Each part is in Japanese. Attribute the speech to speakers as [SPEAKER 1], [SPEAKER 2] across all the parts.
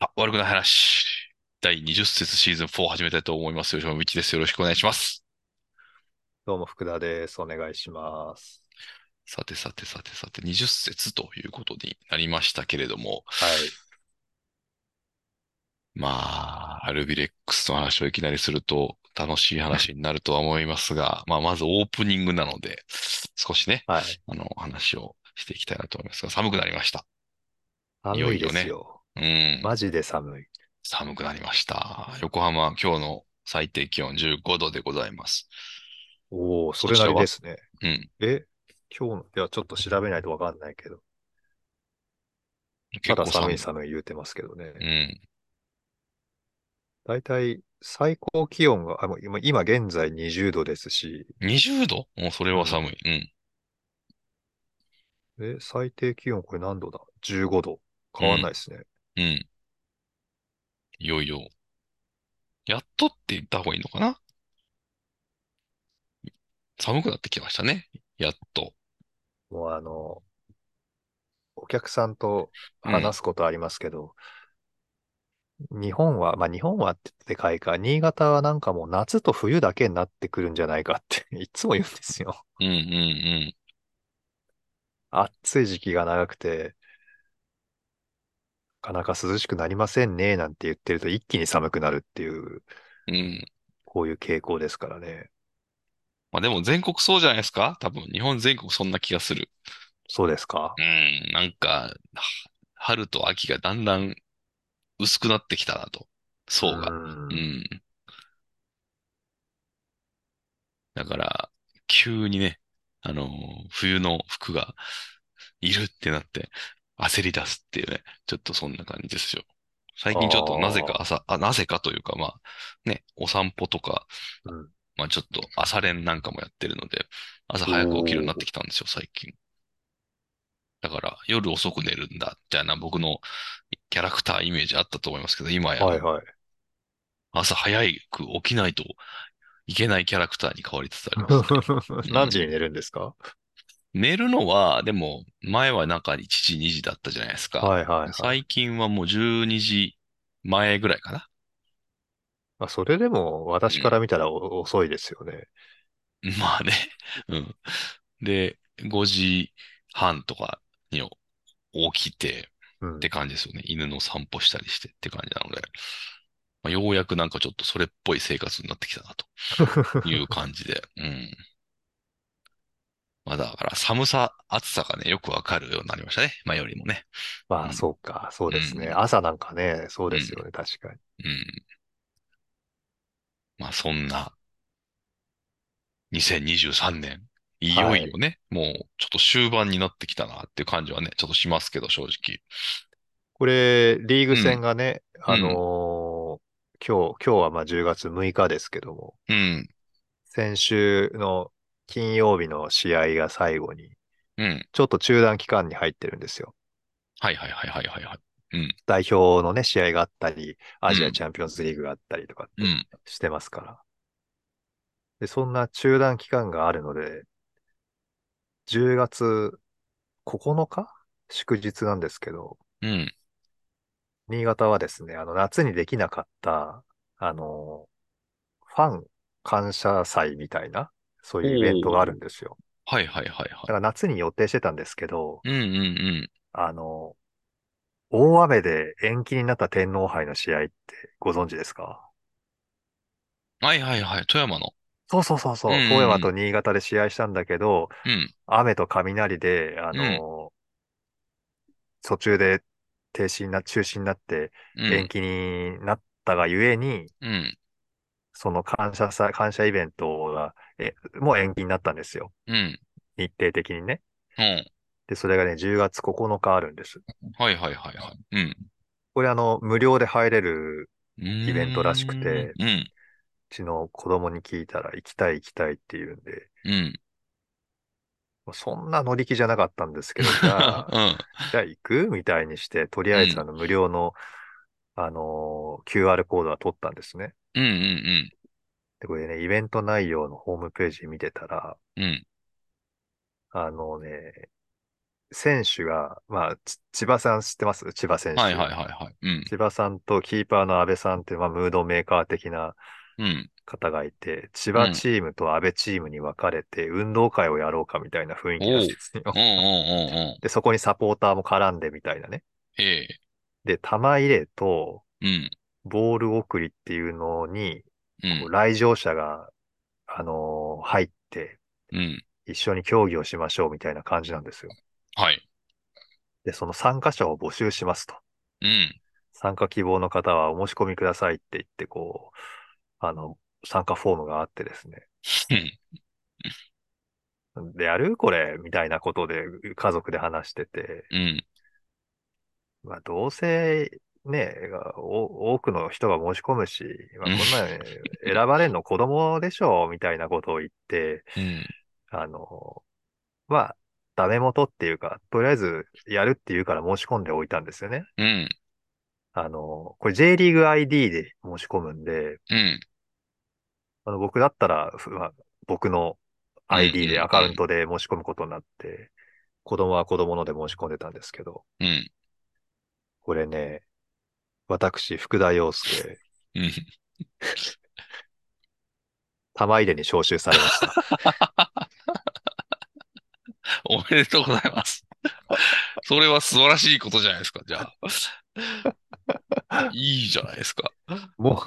[SPEAKER 1] あ悪くない話。第20節シーズン4を始めたいと思います。吉本道です。よろしくお願いします。
[SPEAKER 2] どうも、福田です。お願いします。
[SPEAKER 1] さてさてさてさて、20節ということになりましたけれども、
[SPEAKER 2] はい。
[SPEAKER 1] まあ、アルビレックスの話をいきなりすると楽しい話になるとは思いますが、まあ、まずオープニングなので、少しね、
[SPEAKER 2] はい。
[SPEAKER 1] あの、話をしていきたいなと思いますが、寒くなりました。いよ
[SPEAKER 2] 寒
[SPEAKER 1] い
[SPEAKER 2] いで
[SPEAKER 1] よね
[SPEAKER 2] すよ。
[SPEAKER 1] うん。
[SPEAKER 2] マジで寒い。
[SPEAKER 1] 寒くなりました。横浜、今日の最低気温15度でございます。
[SPEAKER 2] おお、それなりですね。
[SPEAKER 1] うん。
[SPEAKER 2] え、今日の、いや、ちょっと調べないとわかんないけど、
[SPEAKER 1] 結
[SPEAKER 2] ただ
[SPEAKER 1] 構
[SPEAKER 2] 寒
[SPEAKER 1] 寒
[SPEAKER 2] い寒い言うてますけどね。
[SPEAKER 1] うん。
[SPEAKER 2] だいたい最高気温が、あ、もう今今現在20度ですし、
[SPEAKER 1] 20度もうそれは寒い。うん。
[SPEAKER 2] え、最低気温これ何度だ ?15 度。変わんないですね。
[SPEAKER 1] うん。いよいよ。やっとって言った方がいいのかな寒くなってきましたね。やっと。
[SPEAKER 2] もうあの、お客さんと
[SPEAKER 1] うん
[SPEAKER 2] 話すことありますけど、日本は、まあ日本はってでかいか、新潟はなんかもう夏と冬だけになってくるんじゃないかって いつも言うんですよ。
[SPEAKER 1] うんうん
[SPEAKER 2] 暑い時期が長くて、なかなか涼しくなりませんね、なんて言ってると一気に寒くなるっていう、
[SPEAKER 1] うん。うん。
[SPEAKER 2] こういう傾向ですからね。
[SPEAKER 1] まあでも全国そうじゃないですか多分日本全国そんな気がする。
[SPEAKER 2] そうですか。
[SPEAKER 1] うん。なんか、は春と秋がだんだん薄くなってきたなと。層が。
[SPEAKER 2] ん
[SPEAKER 1] うん。だから、急にね、あのー冬の服がいるってなって、焦り出すっていうね、ちょっとそんな感じですよ。最近ちょっと
[SPEAKER 2] あー
[SPEAKER 1] なぜか朝、あ、なぜかというか、まあ、ね、お散歩とか、
[SPEAKER 2] うん
[SPEAKER 1] まあちょっと朝練なんかもやってるので、朝早く起きるようになってきたんですよ、最近。だから、夜遅く寝るんだ、みたいな僕のキャラクターイメージあったと思いますけど、今や、
[SPEAKER 2] はいはい。
[SPEAKER 1] 朝早く起きないといけないキャラクターに変わりつつありますね。
[SPEAKER 2] 何時に寝るんですか
[SPEAKER 1] 寝るのは、でも、前はなんか1時、2時だったじゃないですか。
[SPEAKER 2] はいはいはい。
[SPEAKER 1] 最近はもう12時前ぐらいかな。
[SPEAKER 2] まあ、それでも私から見たらお遅いですよね。
[SPEAKER 1] まあね。うん。で、5時半とかに起きて
[SPEAKER 2] うん
[SPEAKER 1] って感じですよね。犬の散歩したりしてって感じなので、まあ、ようやくなんかちょっとそれっぽい生活になってきたなと。いう感じで。うん。まあだから寒さ、暑さがね、よくわかるようになりましたね。前よりもね。
[SPEAKER 2] ま
[SPEAKER 1] うん
[SPEAKER 2] あ、そうか、そうですね。
[SPEAKER 1] うん
[SPEAKER 2] 朝なんかね、そうですよね、確かに。
[SPEAKER 1] うん。まあそんな、2023年、いよいよね、もうちょっと終盤になってきたなっていう感じはね、ちょっとしますけど、正直。
[SPEAKER 2] これ、リーグ戦がね、
[SPEAKER 1] ん
[SPEAKER 2] あのー今日、今日はまあ10月6日ですけども、
[SPEAKER 1] うん、
[SPEAKER 2] 先週の金曜日の試合が最後に、
[SPEAKER 1] うん。
[SPEAKER 2] ちょっと中断期間に入ってるんですよ。
[SPEAKER 1] はいはいはいはいはいはい。
[SPEAKER 2] 代表のね、試合があったり、アジ
[SPEAKER 1] う
[SPEAKER 2] ア
[SPEAKER 1] ん
[SPEAKER 2] チャンピオンズリーグがあったりとかって
[SPEAKER 1] うん、
[SPEAKER 2] してますから。で、そんな中断期間があるので、10月9日祝日なんですけど、
[SPEAKER 1] うん、
[SPEAKER 2] 新潟はですね、あの、夏にできなかった、あの、ファン感謝祭みたいな、そういうイベントがあるんですよ。
[SPEAKER 1] はいはいはい
[SPEAKER 2] だ
[SPEAKER 1] は
[SPEAKER 2] から夏に予定してたんですけど、
[SPEAKER 1] い。うん、うん、うん。
[SPEAKER 2] あの、大雨で延期になった天皇杯の試合ってご存知ですか
[SPEAKER 1] はいはいはい。富山の。
[SPEAKER 2] そうそうそうそう、
[SPEAKER 1] うんうん
[SPEAKER 2] 富山と新潟で試合したんだけど、
[SPEAKER 1] うん、
[SPEAKER 2] 雨と雷で、あの、途中で停止にな、中止になって
[SPEAKER 1] うん、
[SPEAKER 2] 延期になったがゆえに、
[SPEAKER 1] うん、
[SPEAKER 2] その感謝祭、感謝イベントが、え、もう延期になったんですよ。
[SPEAKER 1] うん、
[SPEAKER 2] 日程的にね。
[SPEAKER 1] うん。
[SPEAKER 2] で、それがね、10月9日あるんです。
[SPEAKER 1] はいはいはいはい。うん。
[SPEAKER 2] これあの、無料で入れる、
[SPEAKER 1] イ
[SPEAKER 2] ベントらしくて
[SPEAKER 1] うん、
[SPEAKER 2] うちの子供に聞いたら、行きたい行きたいって言うんで、
[SPEAKER 1] うん。
[SPEAKER 2] まあそんな乗り気じゃなかったんですけど、じゃ あ、
[SPEAKER 1] うん。
[SPEAKER 2] じゃあ行くみたいにして、とりあえずあの、無料の、あのー QR コードは取ったんですね。
[SPEAKER 1] うん、うん、
[SPEAKER 2] で、これね、イベント内容のホームページ見てたら、
[SPEAKER 1] うん。うん。
[SPEAKER 2] あのね、選手が、まあ、ち千葉さん知ってます千葉選手。
[SPEAKER 1] はいはいはいはい。うん。
[SPEAKER 2] 千葉さんとキーパーの安部さんっていう、まあ、ムードメーカー的な
[SPEAKER 1] うん。
[SPEAKER 2] 方がいて、千葉チームと安部チームに分かれて、運動会をやろうかみたいな雰囲気なんですよ。
[SPEAKER 1] うんうんうんうん。
[SPEAKER 2] で、そこにサポーターも絡んでみたいなね。
[SPEAKER 1] ええ。
[SPEAKER 2] で、玉入れと
[SPEAKER 1] うん。
[SPEAKER 2] ボール送りっていうのに、
[SPEAKER 1] う。
[SPEAKER 2] こうん来場者が、あのー入って、
[SPEAKER 1] うん。
[SPEAKER 2] 一緒に競技をしましょうみたいな感じなんですよ。
[SPEAKER 1] はい。
[SPEAKER 2] で、その参加者を募集しますと。
[SPEAKER 1] うん。
[SPEAKER 2] 参加希望の方はお申し込みくださいって言って、こう、あの、参加フォームがあってですね。
[SPEAKER 1] うん
[SPEAKER 2] で、やるこれみたいなことで家族で話してて、
[SPEAKER 1] うん。
[SPEAKER 2] まあ、どうせ、ね、お多くの人が申し込むし、まあ、こんなのね選ばれるの子供でしょうみたいなことを言って、
[SPEAKER 1] うん。
[SPEAKER 2] あの、まあ、ダメ元っていうか、とりあえずやるっていうから申し込んでおいたんですよね。
[SPEAKER 1] うん。
[SPEAKER 2] あの、これ J リーグ ID で申し込むんで、
[SPEAKER 1] うん。
[SPEAKER 2] あの僕だったら、ふまあ僕の ID
[SPEAKER 1] うんうんう
[SPEAKER 2] で
[SPEAKER 1] ん
[SPEAKER 2] アカウントで申し込むことになって、子供は子供ので申し込んでたんですけど、
[SPEAKER 1] うん。
[SPEAKER 2] これね、私、福田洋介、
[SPEAKER 1] うん。
[SPEAKER 2] 玉入れに招集されま した。
[SPEAKER 1] おめでとうございます。それは素晴らしいことじゃないですか、じゃあ。いいじゃないですか。
[SPEAKER 2] も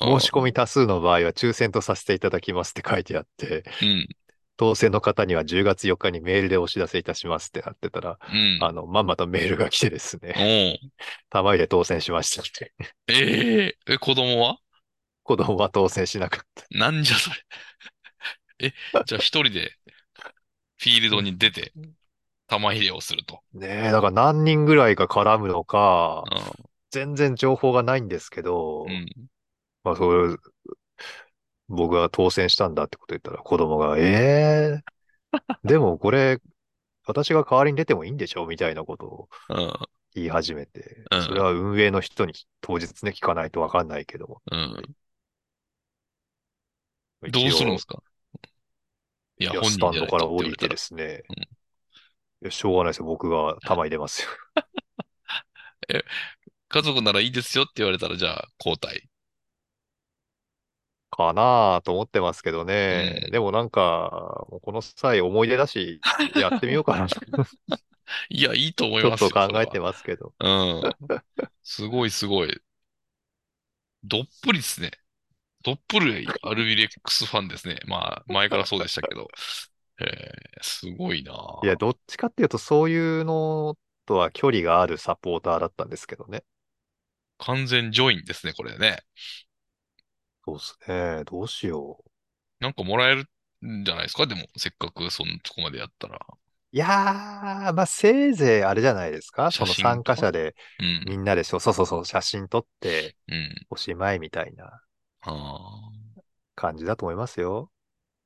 [SPEAKER 2] う、申し込み多数の場合は抽選とさせていただきますって書いてあって、
[SPEAKER 1] うん。
[SPEAKER 2] 当選の方には10月4日にメールでお知らせいたしますってなってたら、
[SPEAKER 1] うん。
[SPEAKER 2] あの、まんまとメールが来てです
[SPEAKER 1] お
[SPEAKER 2] ね、
[SPEAKER 1] う
[SPEAKER 2] 玉入れ当選しましたって。
[SPEAKER 1] えええ、子供は
[SPEAKER 2] 子供は当選しなかった。
[SPEAKER 1] なんじゃそれ。 え、じゃあ一人でフィールドに出て玉入れをすると。
[SPEAKER 2] ねえ、だから何人ぐらいが絡むのか、
[SPEAKER 1] う
[SPEAKER 2] 全然情報がないんですけど、
[SPEAKER 1] ん。うん。
[SPEAKER 2] まあそういう、僕が当選したんだってこと言ったら子供が、ええ でもこれ、私が代わりに出てもいいんでしょみたいなことを
[SPEAKER 1] うん。
[SPEAKER 2] 言い始めて
[SPEAKER 1] うん、
[SPEAKER 2] それは運営の人に当日ね、聞かないとわかんないけども。
[SPEAKER 1] うん。どうするんですかいや、
[SPEAKER 2] いや、
[SPEAKER 1] 本
[SPEAKER 2] ス
[SPEAKER 1] 人
[SPEAKER 2] タン
[SPEAKER 1] じゃな
[SPEAKER 2] ド
[SPEAKER 1] い
[SPEAKER 2] から
[SPEAKER 1] と
[SPEAKER 2] 降り
[SPEAKER 1] って言われた
[SPEAKER 2] て
[SPEAKER 1] ら
[SPEAKER 2] ですね
[SPEAKER 1] うん。
[SPEAKER 2] いや、しょうがないですよ。僕が玉入れますよ。
[SPEAKER 1] 家族ならいいですよって言われたら、じゃあ交代。
[SPEAKER 2] かなあと思ってますけどね。
[SPEAKER 1] うん
[SPEAKER 2] でもなんか、もうこの際思い出だし、やってみようかなちょ
[SPEAKER 1] いや、 いいと思いま
[SPEAKER 2] っ
[SPEAKER 1] すよ、
[SPEAKER 2] と考
[SPEAKER 1] それは
[SPEAKER 2] えてますけど。
[SPEAKER 1] うん。すごいすごい。どっぷりですね。どっぷりアルビレックスファンですね。まあ、前からそうでしたけど。えー、すごいなぁ
[SPEAKER 2] いや、どっちかっていうと、そういうのとは距離があるサポーターだったんですけどね。
[SPEAKER 1] 完全ジョインですね、これね。
[SPEAKER 2] そうですね。どうしよう。
[SPEAKER 1] なんかもらえるんじゃないですかでも、せっかくそんとこまでやったら。
[SPEAKER 2] いやー、まあ、せいぜいあれじゃないですか。
[SPEAKER 1] 写
[SPEAKER 2] その
[SPEAKER 1] 真
[SPEAKER 2] 参加者で、
[SPEAKER 1] うん、
[SPEAKER 2] みんなでしょ、そうそうそう、写真撮って
[SPEAKER 1] うん。
[SPEAKER 2] おしまいみたいな
[SPEAKER 1] ああ。
[SPEAKER 2] 感じだと思いますよ。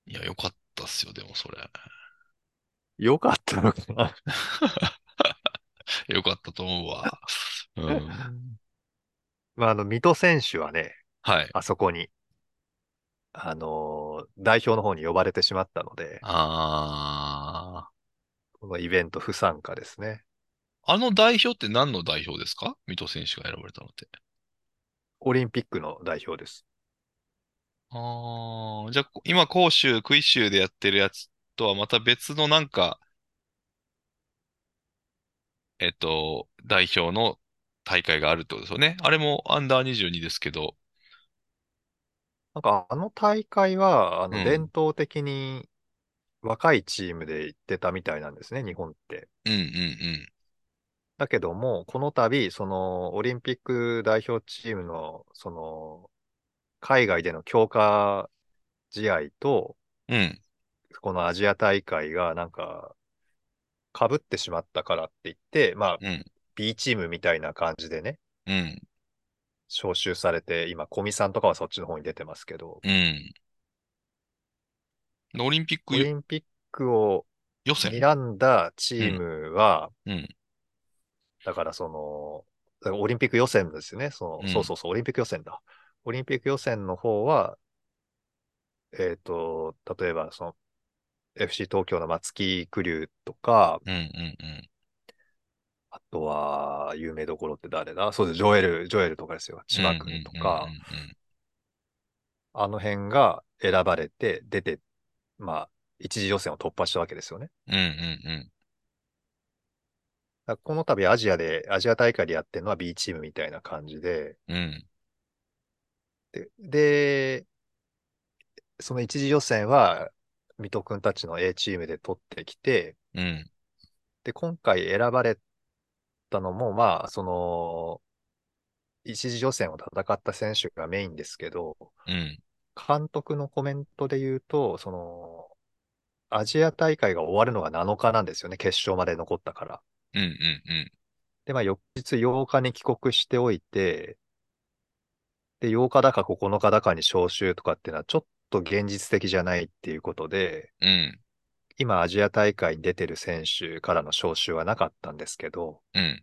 [SPEAKER 1] いや、よかったっすよ、でもそれ。
[SPEAKER 2] よかったのかな。
[SPEAKER 1] よかったと思うわ。うん。
[SPEAKER 2] まあ、あの、水戸選手はね、
[SPEAKER 1] はい。
[SPEAKER 2] あそこに、あのー代表の方に呼ばれてしまったので、
[SPEAKER 1] あ
[SPEAKER 2] このイベント不参加ですね。
[SPEAKER 1] あ。あの代表って何の代表ですか水戸選手が選ばれたのって。
[SPEAKER 2] オリンピックの代表です。
[SPEAKER 1] ああ、じゃあ、こ今、杭州、杭州でやってるやつとはまた別のなんか、えっと、代表の大会があるってことですよね。あれもアンダー22ですけど、
[SPEAKER 2] なんかあの大会は、あ
[SPEAKER 1] う
[SPEAKER 2] の
[SPEAKER 1] ん
[SPEAKER 2] 伝統的に若いチームで行ってたみたいなんですね、日本って。
[SPEAKER 1] うんうん
[SPEAKER 2] だけども、この度、そのオリンピック代表チームの、その、海外での強化試合と、
[SPEAKER 1] うん。うん。
[SPEAKER 2] このアジア大会がなんか、被ってしまったからって言って、まあ、
[SPEAKER 1] うん。
[SPEAKER 2] B チームみたいな感じでね、
[SPEAKER 1] うん。
[SPEAKER 2] 招集されて、今、小見さんとかはそっちの方に出てますけど、
[SPEAKER 1] うん。オリンピッ
[SPEAKER 2] オ
[SPEAKER 1] ク
[SPEAKER 2] リ
[SPEAKER 1] 予
[SPEAKER 2] ンピックを
[SPEAKER 1] 予選。
[SPEAKER 2] 睨んだチームは、
[SPEAKER 1] うん。
[SPEAKER 2] だからその、だからオリンピック予選ですよね。その、
[SPEAKER 1] うん
[SPEAKER 2] そうそうそう、オリンピック予選だ。オリンピック予選の方は、えっと、例えばその、FC 東京の松木玖生とか、
[SPEAKER 1] うんうん
[SPEAKER 2] あとは、有名どころって誰だそうです、ジョエル、ジョエルとかですよ。千葉君とか、
[SPEAKER 1] うんうんうんうんうん
[SPEAKER 2] あの辺が選ばれて、出て、まあ、一次予選を突破したわけですよね。
[SPEAKER 1] うんうんうん。
[SPEAKER 2] だからこの度アジアで、アジア大会でやってるのは B チームみたいな感じで、
[SPEAKER 1] うん。
[SPEAKER 2] で、でその一次予選は、水戸くんたちの A チームで取ってきて、
[SPEAKER 1] うん。
[SPEAKER 2] で、今回選ばれたのも、まあ、その、一次予選を戦った選手がメインですけど、
[SPEAKER 1] うん。
[SPEAKER 2] 監督のコメントで言うと、その、アジア大会が終わるのが7日なんですよね、決勝まで残ったから。
[SPEAKER 1] うん。うん。
[SPEAKER 2] で、まあ、翌日8日に帰国しておいて、で、8日だか9日だかに招集とかっていうのはちょっと現実的じゃないっていうことで、
[SPEAKER 1] うん。うん。
[SPEAKER 2] 今アジア大会に出てる選手からの招集はなかったんですけど、
[SPEAKER 1] うん。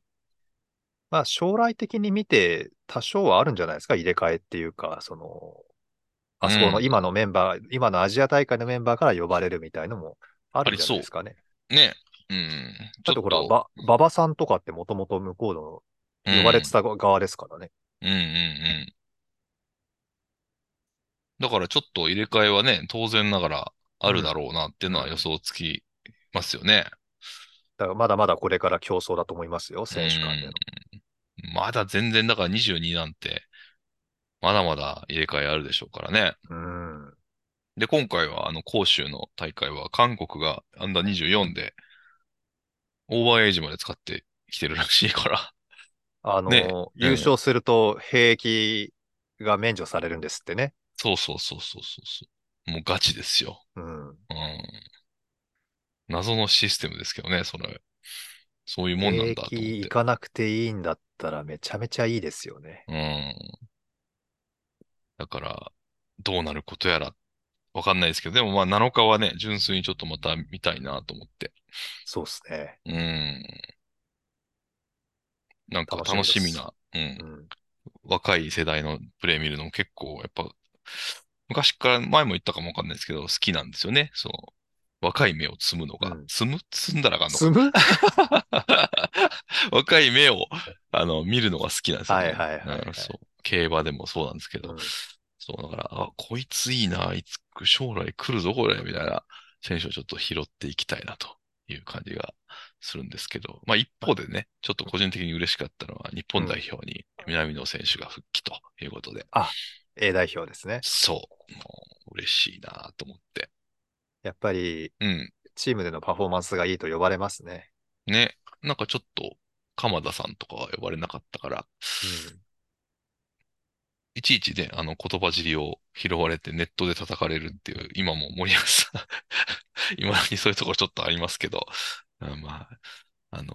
[SPEAKER 2] まあ将来的に見て多少はあるんじゃないですか、入れ替えっていうか、その、あそこの
[SPEAKER 1] うん
[SPEAKER 2] 今のメンバー、今のアジア大会のメンバーから呼ばれるみたいのもあるんじゃないですかね。
[SPEAKER 1] ね。うん。ちょ
[SPEAKER 2] だって
[SPEAKER 1] っ
[SPEAKER 2] ほら、
[SPEAKER 1] と、
[SPEAKER 2] ば、馬場さんとかってもともと向こうの呼ばれてた側ですからね。
[SPEAKER 1] うんうんうんうん。だからちょっと入れ替えはね、当然ながらあるだろうなっていうのは予想つきますよね。
[SPEAKER 2] だからまだまだこれから競争だと思いますよ、選手間での。
[SPEAKER 1] まだ全然、だから22なんて、まだまだ入れ替えあるでしょうからね。
[SPEAKER 2] うん。
[SPEAKER 1] で、今回はあの、広州の大会は韓国がアンダー24で、オーバーエイジまで使ってきてるらしいから。
[SPEAKER 2] あの、
[SPEAKER 1] ね
[SPEAKER 2] 優勝すると兵役が免除されるんですってね。
[SPEAKER 1] そうそうそうそうそうそう。もうガチですよ。
[SPEAKER 2] うん。
[SPEAKER 1] うん謎のシステムですけどね、それ。そういうもんなんだと
[SPEAKER 2] 兵
[SPEAKER 1] 思っ
[SPEAKER 2] 役行
[SPEAKER 1] て。
[SPEAKER 2] かなくていいんだったらめちゃめちゃいいですよね。
[SPEAKER 1] うん。だから、どうなることやら、わかんないですけど、でもまあ7日はね、純粋にちょっとまた見たいなと思って。
[SPEAKER 2] そうですね。
[SPEAKER 1] うん。なんか楽
[SPEAKER 2] 楽
[SPEAKER 1] し
[SPEAKER 2] しみ
[SPEAKER 1] み
[SPEAKER 2] です
[SPEAKER 1] な、うん
[SPEAKER 2] う。ん。
[SPEAKER 1] 若い世代のプレイ見るのも結構、やっぱ、昔から前も言ったかもわかんないですけど、好きなんですよね。その、若い目を摘むのが
[SPEAKER 2] う。ん
[SPEAKER 1] 摘む摘んだらあかんのか
[SPEAKER 2] 積む
[SPEAKER 1] 若い目を、あの、見るのが好きなんですよね。
[SPEAKER 2] はいはいはいはい
[SPEAKER 1] うんそう。競馬でもそうなんですけ
[SPEAKER 2] う
[SPEAKER 1] ど
[SPEAKER 2] ん、
[SPEAKER 1] そう、だから、あ、こいついいな、いつ、将来来るぞ、これ、みたいな選手をちょっと拾っていきたいな、という感じがするんですけど、まあ一方でね、ちょっと個人的に嬉しかったのは、日本代表に南野選手が復帰ということで、
[SPEAKER 2] A 代表ですね。
[SPEAKER 1] そう、もう嬉しいな、と思って。
[SPEAKER 2] やっぱり
[SPEAKER 1] うん。
[SPEAKER 2] チームでのパフォーマンスがいいと呼ばれますね。
[SPEAKER 1] ね、なんかちょっと、鎌田さんとかは呼ばれなかったから、いちいちね、あの言葉尻を拾われてネットで叩かれるっていう、今も森保さん 今にそういうところちょっとありますけど、うんまあ、あの、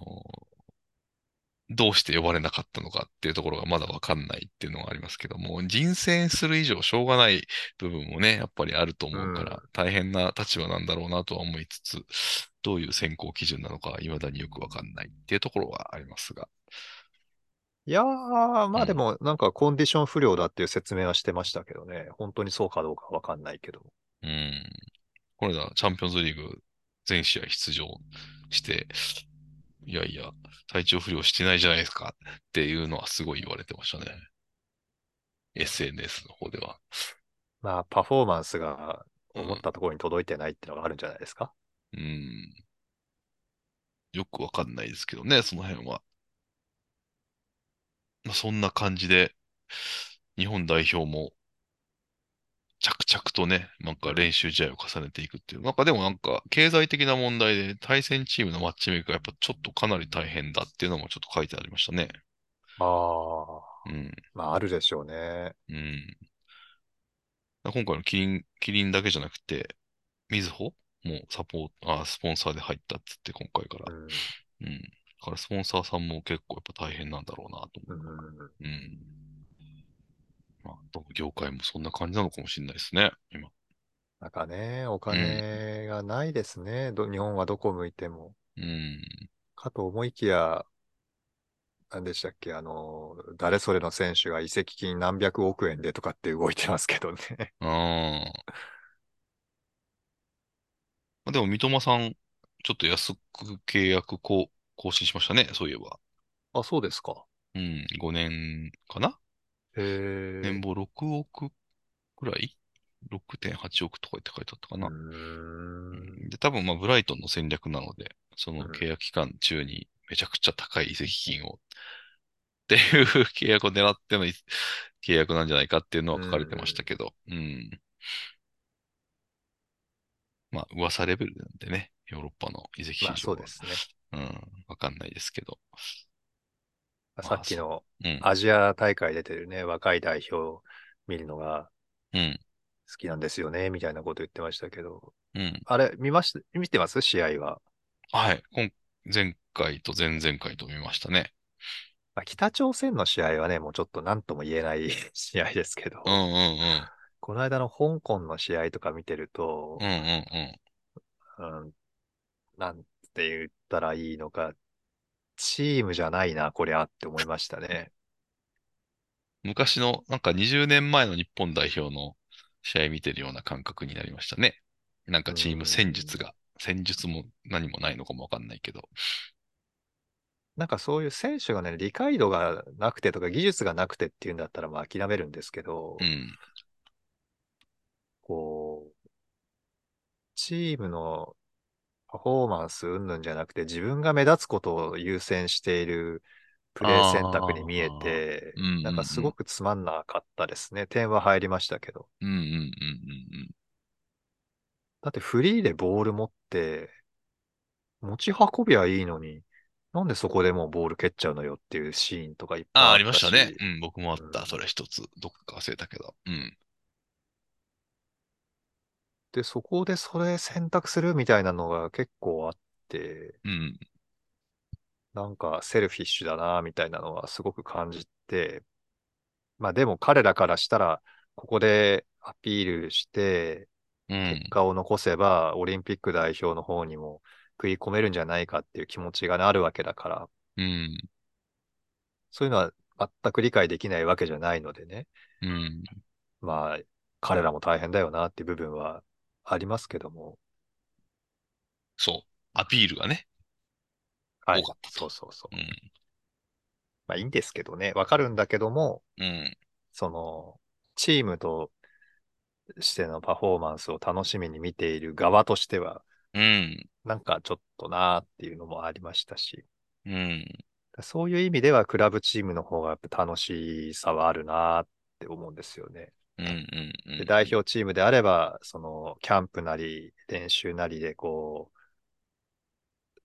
[SPEAKER 1] どうして呼ばれなかったのかっていうところがまだわかんないっていうのがありますけども、人選する以上しょうがない部分もね、やっぱりあると思うから、大変な立場なんだろうなとは思いつつ、どういう選考基準なのかは未だによくわかんないっていうところはありますが。
[SPEAKER 2] いやー、ま
[SPEAKER 1] うん
[SPEAKER 2] あでもなんかコンディション不良だっていう説明はしてましたけどね。本当にそうかどうかわかんないけど。
[SPEAKER 1] うん。これだ、チャンピオンズリーグ全試合出場して、いやいや、体調不良してないじゃないですかっていうのはすごい言われてましたね。SNS の方では。
[SPEAKER 2] まあパフォーマンスが
[SPEAKER 1] うん
[SPEAKER 2] 思ったところに届いてないってのがあるんじゃないですか。
[SPEAKER 1] うん。よくわかんないですけどね、その辺は。まあ、そんな感じで、日本代表も、着々とね、なんか練習試合を重ねていくっていう。なんかでもなんか、経済的な問題で対戦チームのマッチメイクがやっぱちょっとかなり大変だっていうのもちょっと書いてありましたね。
[SPEAKER 2] ああ。
[SPEAKER 1] うん。
[SPEAKER 2] まあ、あるでしょうね。
[SPEAKER 1] うん。今回のキリン、キリンだけじゃなくて、みずほもサポート、あ、スポンサーで入ったっつって今回から
[SPEAKER 2] う。ん。
[SPEAKER 1] うん。だからスポンサーさんも結構やっぱ大変なんだろうなと思
[SPEAKER 2] うん、
[SPEAKER 1] う。うん。まあ、どの業界もそんな感じなのかもしれないですね、今。
[SPEAKER 2] なんかね、お金がないですね、ど日本はどこ向いても。
[SPEAKER 1] うん。
[SPEAKER 2] かと思いきや、何でしたっけ、あの、誰それの選手が移籍金何百億円でとかって動いてますけどね。
[SPEAKER 1] ああ。まあでも、三笘さん、ちょっと安く契約こう更新しましたね、そういえば。
[SPEAKER 2] あ、そうですか。
[SPEAKER 1] うん、5年かな
[SPEAKER 2] へ
[SPEAKER 1] 年
[SPEAKER 2] え。
[SPEAKER 1] 俸6億くらい ?6.8 億とかって書いてあったか
[SPEAKER 2] う
[SPEAKER 1] な。う
[SPEAKER 2] ーん。
[SPEAKER 1] んで、多分まあ、ブライトンの戦略なので、その契約期間中にめちゃくちゃ高い移籍金を、っていう 契約を狙ってのい契約なんじゃないかっていうのは書かれてましたけど、うん。まあ、噂レベルなんでね、ヨーロッパの移籍市
[SPEAKER 2] まあ、そ
[SPEAKER 1] 場
[SPEAKER 2] う
[SPEAKER 1] は
[SPEAKER 2] で、すね。
[SPEAKER 1] うん、わかんないですけど、あ
[SPEAKER 2] さっきの
[SPEAKER 1] うん、
[SPEAKER 2] アジア大会出てるね、若い代表を見るのが
[SPEAKER 1] うん、
[SPEAKER 2] 好きなんですよね、みたいなこと言ってましたけど。
[SPEAKER 1] うん。
[SPEAKER 2] あれ、見ました、見てます試合は。
[SPEAKER 1] はい、今前回と前々回と見ましたね。
[SPEAKER 2] まあ、北朝鮮の試合はね、もうちょっと何とも言えない 試合ですけど、
[SPEAKER 1] うん、うん、うん、
[SPEAKER 2] この間の香港の試合とか見てると
[SPEAKER 1] うん、う、ん、うん。
[SPEAKER 2] うん、なんて言ったらいいのか、チームじゃないな、こりゃって思いましたね。
[SPEAKER 1] 昔の、なんか20年前の日本代表の試合見てるような感覚になりましたね。なんかチーム戦術が、戦術も何もないのかもわかんないけど。
[SPEAKER 2] なんかそういう選手がね、理解度がなくてとか技術がなくてっていうんだったらまあ諦めるんですけど、
[SPEAKER 1] うん、
[SPEAKER 2] こう、チームのパフォーマンス云々じゃなくて自分が目立つことを優先しているプレー選択に見えて
[SPEAKER 1] う、ん、
[SPEAKER 2] なんかすご
[SPEAKER 1] く、
[SPEAKER 2] くつまんなかったですね。点は入りましたけど。
[SPEAKER 1] うん、うん、うん、
[SPEAKER 2] だってフリーでボール持って、持ち運びはいいのに、なんでそこでもうボール蹴っちゃうのよっていうシーンとかいっぱい
[SPEAKER 1] ああ、
[SPEAKER 2] あ
[SPEAKER 1] あ
[SPEAKER 2] っ
[SPEAKER 1] りましたね。うん、僕もあっ
[SPEAKER 2] う
[SPEAKER 1] た。
[SPEAKER 2] ん
[SPEAKER 1] それ一つ。どこか忘れたけど。うん。
[SPEAKER 2] で、そこでそれ選択するみたいなのが結構あって、
[SPEAKER 1] うん。
[SPEAKER 2] なんかセルフィッシュだなみたいなのはすごく感じて、まあでも彼らからしたら、ここでアピールして、
[SPEAKER 1] う
[SPEAKER 2] 結
[SPEAKER 1] ん。
[SPEAKER 2] 果を残せば、オリンピック代表の方にも食い込めるんじゃないかっていう気持ちがねあるわけだから、
[SPEAKER 1] うん。
[SPEAKER 2] そういうのは全く理解できないわけじゃないのでね、
[SPEAKER 1] うん。
[SPEAKER 2] まあ、彼らも大変だよなっていう部分はありますけども、
[SPEAKER 1] そう。アピールがね。
[SPEAKER 2] はい、
[SPEAKER 1] 多かったと
[SPEAKER 2] そうそうそうう。
[SPEAKER 1] ん。
[SPEAKER 2] まあいいんですけどね、わかるんだけども、
[SPEAKER 1] うん。
[SPEAKER 2] その、チームとしてのパフォーマンスを楽しみに見ている側としては、
[SPEAKER 1] うん。
[SPEAKER 2] なんかちょっとなーっていうのもありましたし、
[SPEAKER 1] うん。
[SPEAKER 2] そういう意味ではクラブチームの方がやっぱ楽しさはあるなーって思うんですよね。
[SPEAKER 1] うん。うん。う
[SPEAKER 2] で
[SPEAKER 1] ん。
[SPEAKER 2] 代表チームであれば、その、キャンプなり、練習なりで、こ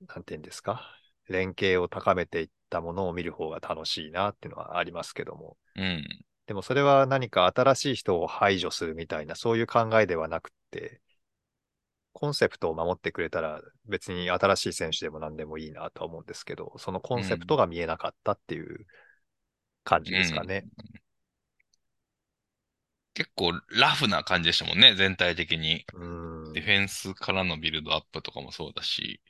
[SPEAKER 2] う、なんていうんですか、連携を高めていったものを見る方が楽しいなっていうのはありますけども、
[SPEAKER 1] うん。
[SPEAKER 2] でもそれは何か新しい人を排除するみたいな、そういう考えではなくって、コンセプトを守ってくれたら別に新しい選手でも何でもいいなとは思うんですけど、そのコンセプトが見えなかったっていう感じですかね。
[SPEAKER 1] 結構ラフな感じでしたもんね。全体的に。
[SPEAKER 2] うん。うん
[SPEAKER 1] ディフェンスからのビルドアップとかもそうだし、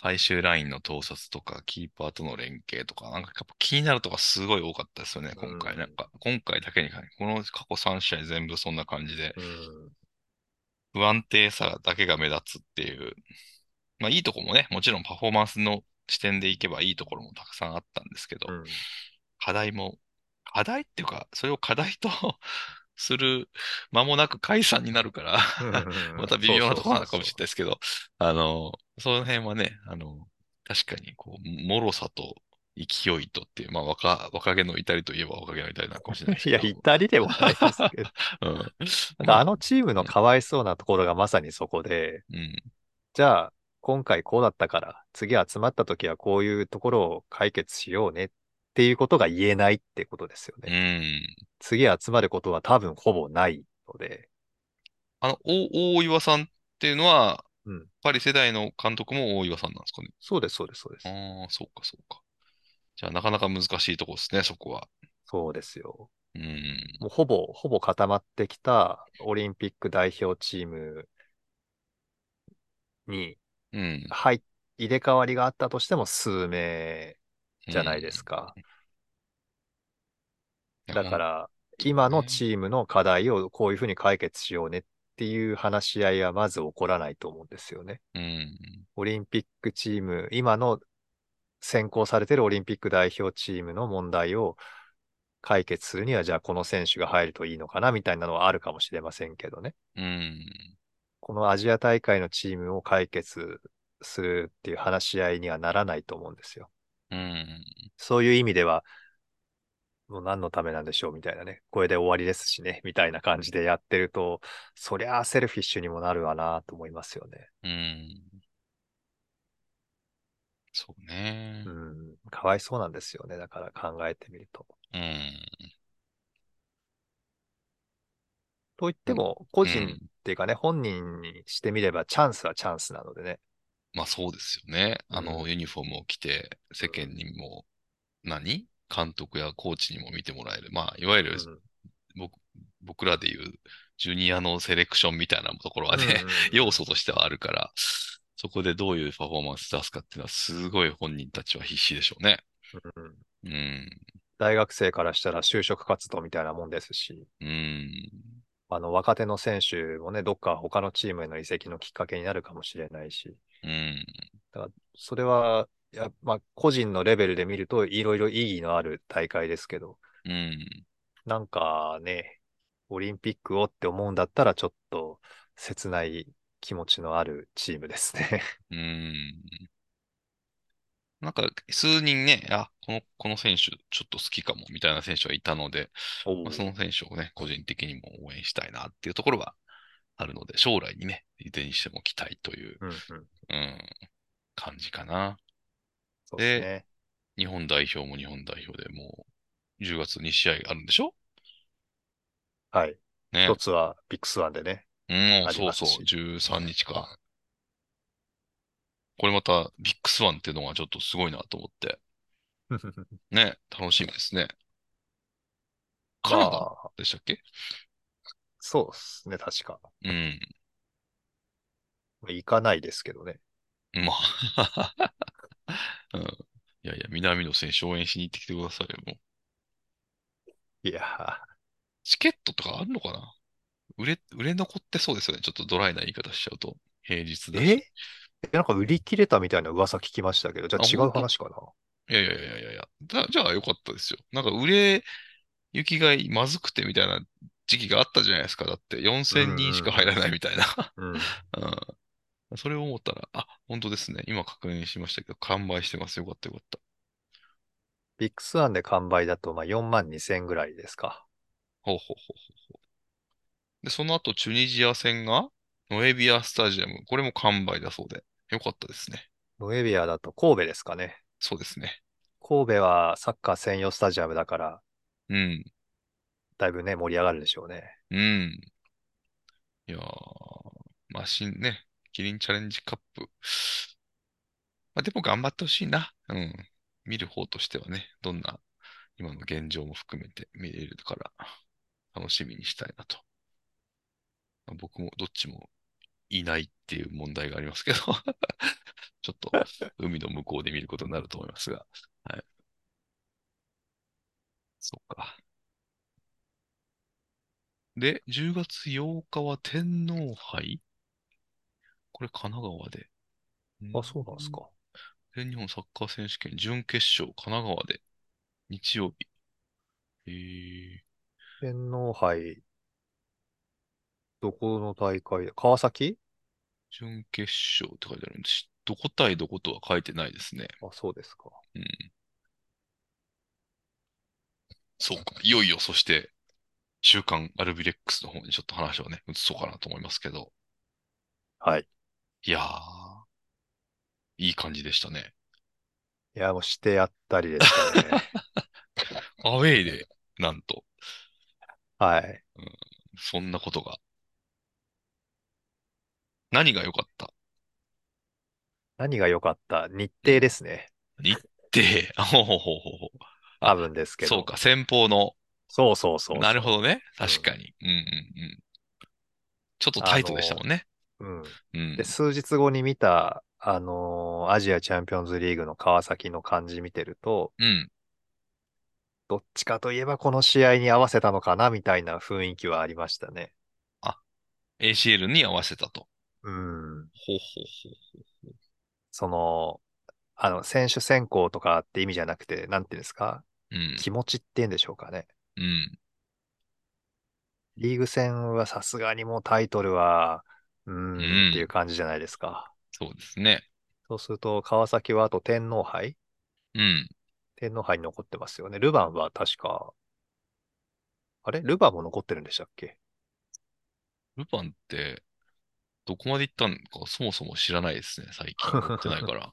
[SPEAKER 1] 最終ラインの盗撮とか、キーパーとの連携とか、なんかやっぱ気になるとかすごい多かったですよね。今
[SPEAKER 2] う
[SPEAKER 1] 回。
[SPEAKER 2] ん
[SPEAKER 1] なんか、今回だけに限り、この過去3試合全部そんな感じで。
[SPEAKER 2] うん
[SPEAKER 1] 不安定さだけが目立つっていう、まあいいとこもね、もちろんパフォーマンスの視点でいけばいいところもたくさんあったんですけど、
[SPEAKER 2] うん
[SPEAKER 1] 課題も、課題っていうか、それを課題と する間もなく解散になるから、また微妙なところなのかもしれないですけど、あの、その辺はね、あの、確かにこう、脆さと勢いとっていう、まあ若、若気の至りといえば若気の至りなのかもしれないです
[SPEAKER 2] い
[SPEAKER 1] け
[SPEAKER 2] や、
[SPEAKER 1] ど、
[SPEAKER 2] 至りでもないです けど、
[SPEAKER 1] うん。
[SPEAKER 2] あのチームのかわいそうなところがまさにそこで、
[SPEAKER 1] うん、
[SPEAKER 2] じゃあ、今回こうだったから、次集まった時はこういうところを解決しようねっていうことが言えないってことですよ
[SPEAKER 1] う
[SPEAKER 2] ね。
[SPEAKER 1] ん。
[SPEAKER 2] 次集まることは多分ほぼないので、
[SPEAKER 1] あの、お大岩さんっていうのは、
[SPEAKER 2] うん
[SPEAKER 1] パリ世代の監督も大岩さんなんですかね。
[SPEAKER 2] そうです、そうです、そうです。
[SPEAKER 1] ああ、そうか、そうか。じゃあ、なかなか難しいとこですね、そこは。
[SPEAKER 2] そうですよ。
[SPEAKER 1] うん。
[SPEAKER 2] もうほぼ、ほぼ固まってきたオリンピック代表チームに、
[SPEAKER 1] うん。
[SPEAKER 2] はい、入れ替わりがあったとしても数名じゃないですか。
[SPEAKER 1] うん。
[SPEAKER 2] だから、今のチームの課題をこういうふうに解決しようねっていう話し合いはまず起こらないと思うんですよね。
[SPEAKER 1] うん。
[SPEAKER 2] オリンピックチーム、今の選考されてるオリンピック代表チームの問題を解決するには、じゃあこの選手が入るといいのかなみたいなのはあるかもしれませんけどね。
[SPEAKER 1] うん。
[SPEAKER 2] このアジア大会のチームを解決するっていう話し合いにはならないと思うんですよ。
[SPEAKER 1] うん。
[SPEAKER 2] そういう意味では、もう何のためなんでしょうみたいなね、これで終わりですしね、みたいな感じでやってると、そりゃあセルフィッシュにもなるわなと思いますよね。
[SPEAKER 1] うん。そうね
[SPEAKER 2] う。ん、かわいそうなんですよね、だから考えてみると。
[SPEAKER 1] うん。
[SPEAKER 2] と言っても、個
[SPEAKER 1] う
[SPEAKER 2] 人
[SPEAKER 1] ん
[SPEAKER 2] っていうかね、本人にしてみれば、チャンスはチャンスなのでね。
[SPEAKER 1] まあそうですよね。あ
[SPEAKER 2] う
[SPEAKER 1] の、ユニフォームを着て、世間にも、何監督やコーチにも見てもらえる。まあ、いわゆ
[SPEAKER 2] う
[SPEAKER 1] る
[SPEAKER 2] ん
[SPEAKER 1] 僕、僕らでいうジュニアのセレクションみたいなところはね、
[SPEAKER 2] うん
[SPEAKER 1] 要素としてはあるから、そこでどういうパフォーマンス出すかっていうのは、すごい本人たちは必死でしょうね。
[SPEAKER 2] う
[SPEAKER 1] う
[SPEAKER 2] ん
[SPEAKER 1] ん。
[SPEAKER 2] 大学生からしたら就職活動みたいなもんですし、
[SPEAKER 1] うん。
[SPEAKER 2] あの若手の選手もね、どっか他のチームへの移籍のきっかけになるかもしれないし、
[SPEAKER 1] うん。
[SPEAKER 2] それは、いやまあ、個人のレベルで見ると、いろいろ意義のある大会ですけど、
[SPEAKER 1] うん。
[SPEAKER 2] なんかね、オリンピックをって思うんだったら、ちょっと切ない気持ちのあるチームですね。
[SPEAKER 1] うん。なんか、数人ね、あ、この、この選手、ちょっと好きかも、みたいな選手はいたので、 まあその選手をね、個人的にも応援したいなっていうところはあるので、将来にね、いずれにしても期待という、
[SPEAKER 2] うんうんそう
[SPEAKER 1] うん、感じかな。
[SPEAKER 2] ですね。
[SPEAKER 1] 日本代表も日本代表でもう、10月2試合あるんでしょ
[SPEAKER 2] はい。
[SPEAKER 1] ね。
[SPEAKER 2] 一つはビッグスワンでね。
[SPEAKER 1] うん、
[SPEAKER 2] あり
[SPEAKER 1] そ
[SPEAKER 2] ま
[SPEAKER 1] う
[SPEAKER 2] す
[SPEAKER 1] そう、
[SPEAKER 2] し
[SPEAKER 1] 13日か。これまた、ビッグスワンっていうのがちょっとすごいなと思って、ね、楽しみですね。カナダ
[SPEAKER 2] まあ
[SPEAKER 1] でしたっけ
[SPEAKER 2] そうですね、確か。
[SPEAKER 1] うん。
[SPEAKER 2] 行かないですけどね。
[SPEAKER 1] まあ、 うん。いやいや、南野選手応援しに行ってきてくださいよ。もう
[SPEAKER 2] いやー、
[SPEAKER 1] チケットとかあるのかな売れ、売れ残ってそうですよね。ちょっとドライな言い方しちゃうと。平日だし。
[SPEAKER 2] えなんか売り切れたみたいな噂聞きましたけど、じゃあ
[SPEAKER 1] あ
[SPEAKER 2] 違
[SPEAKER 1] 本
[SPEAKER 2] う
[SPEAKER 1] 当
[SPEAKER 2] 話か
[SPEAKER 1] いやいやいやいやいや。だ、じゃあよかったですよ。なんか売れ行きがまずくてみたいな時期があったじゃないですか。だって4000人しか入らないみたいな。
[SPEAKER 2] な。うん。
[SPEAKER 1] うん。それを思ったら、あ、本当ですね。今確認しましたけど、完売してます。よかったよかった。
[SPEAKER 2] ビッグスワンで完売だと、まあ4万2千ぐらいですか。
[SPEAKER 1] ほうほうほうほうほう。で、その後、チュニジア戦が、ノエビアスタジアム。これも完売だそうで。よかったですね。
[SPEAKER 2] ノエビアだと神戸ですかね。
[SPEAKER 1] そうですね。
[SPEAKER 2] 神戸はサッカー専用スタジアムだから、
[SPEAKER 1] うん。
[SPEAKER 2] だいぶね、盛り上がるでしょうね。
[SPEAKER 1] うん。いやー、まあ、新ね、キリンチャレンジカップ。まあ、でも頑張ってほしいな。うん。見る方としてはね、どんな、今の現状も含めて見れるから、楽しみにしたいなと。まあ僕もどっちもいないっていう問題がありますけど、 ちょっと海の向こうで見ることになると思いますが、はい。そっか。で、10月8日は天皇杯これ神奈川で。
[SPEAKER 2] あ、そうなんですか。
[SPEAKER 1] 全日本サッカー選手権準決勝、神奈川で、日曜日。えー、
[SPEAKER 2] 天皇杯、どこの大会だ川崎
[SPEAKER 1] 準決勝って書いてあるんです。どこ対どことは書いてないですね。
[SPEAKER 2] あ、そうですか。
[SPEAKER 1] うん。そうか。いよいよ、そして、週刊アルビレックスの方にちょっと話をね、移そうかなと思いますけど。
[SPEAKER 2] はい。
[SPEAKER 1] いやー、いい感じでしたね。
[SPEAKER 2] いや、もうしてやったりでした ね。
[SPEAKER 1] アウェイで、なんと、
[SPEAKER 2] はい。
[SPEAKER 1] そんなことが。何が良かった
[SPEAKER 2] 何が良かった日程ですね。
[SPEAKER 1] で、 あほうほうほうほうほう。あ
[SPEAKER 2] 多分ですけど。
[SPEAKER 1] そうか、先方の。
[SPEAKER 2] そうそうそう。
[SPEAKER 1] なるほどね。
[SPEAKER 2] うん
[SPEAKER 1] 確かに。うんうんうん。ちょっとタイトでしたもんね。
[SPEAKER 2] うん。
[SPEAKER 1] うん
[SPEAKER 2] で、。数日後に見た、あのーアジアチャンピオンズリーグの川崎の感じ見てると、
[SPEAKER 1] うん。
[SPEAKER 2] どっちかといえばこの試合に合わせたのかなみたいな雰囲気はありましたね。
[SPEAKER 1] ACL に合わせたと。
[SPEAKER 2] うん。
[SPEAKER 1] ほうほうほう。
[SPEAKER 2] その、あの、選手選考とかって意味じゃなくて、なんていうんですか、
[SPEAKER 1] うん。
[SPEAKER 2] 気持ちって言うんでしょうかね。
[SPEAKER 1] うん。
[SPEAKER 2] リーグ戦はさすがにもうタイトルは、うー
[SPEAKER 1] ん
[SPEAKER 2] ん、っていう感じじゃないですか。
[SPEAKER 1] そうですね。
[SPEAKER 2] そうすると、川崎はあと天皇杯
[SPEAKER 1] うん。
[SPEAKER 2] 天皇杯に残ってますよね。ルヴァンは確か、あれルヴァンも残ってるんでしたっけ
[SPEAKER 1] ルパンって、どこまで行ったんか、そもそも知らないですね。最近追ってない から。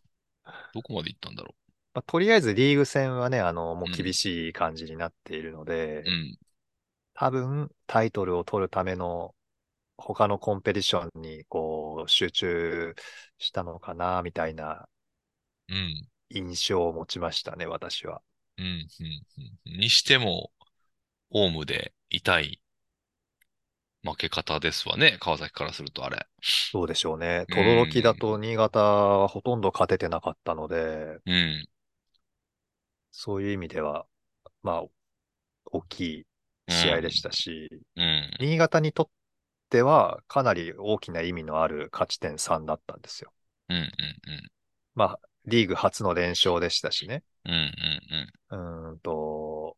[SPEAKER 1] どこまで行ったんだろ
[SPEAKER 2] まあ、とりあえずリーグ戦はね、あの、もううん厳しい感じになっているので、
[SPEAKER 1] う。うん。
[SPEAKER 2] 多分タイトルを取るための他のコンペティションにこう集中したのかな、みたいな
[SPEAKER 1] うん。
[SPEAKER 2] 印象を持ちましたね、私は。
[SPEAKER 1] うん。うん。うんにしても、ホームで痛い負け方ですわね。川崎からするとあれ。
[SPEAKER 2] どうでしょうね。
[SPEAKER 1] うん
[SPEAKER 2] とどろきだと新潟はほとんど勝ててなかったので、
[SPEAKER 1] うん。
[SPEAKER 2] そういう意味では、まあ、大きい試合でしたし、
[SPEAKER 1] うん。
[SPEAKER 2] 新潟にとってはかなり大きな意味のある勝ち点3だったんですよ。
[SPEAKER 1] うん。うん。うん。
[SPEAKER 2] まあ、リーグ初の連勝でしたしね。
[SPEAKER 1] うん。うん。
[SPEAKER 2] うーんと、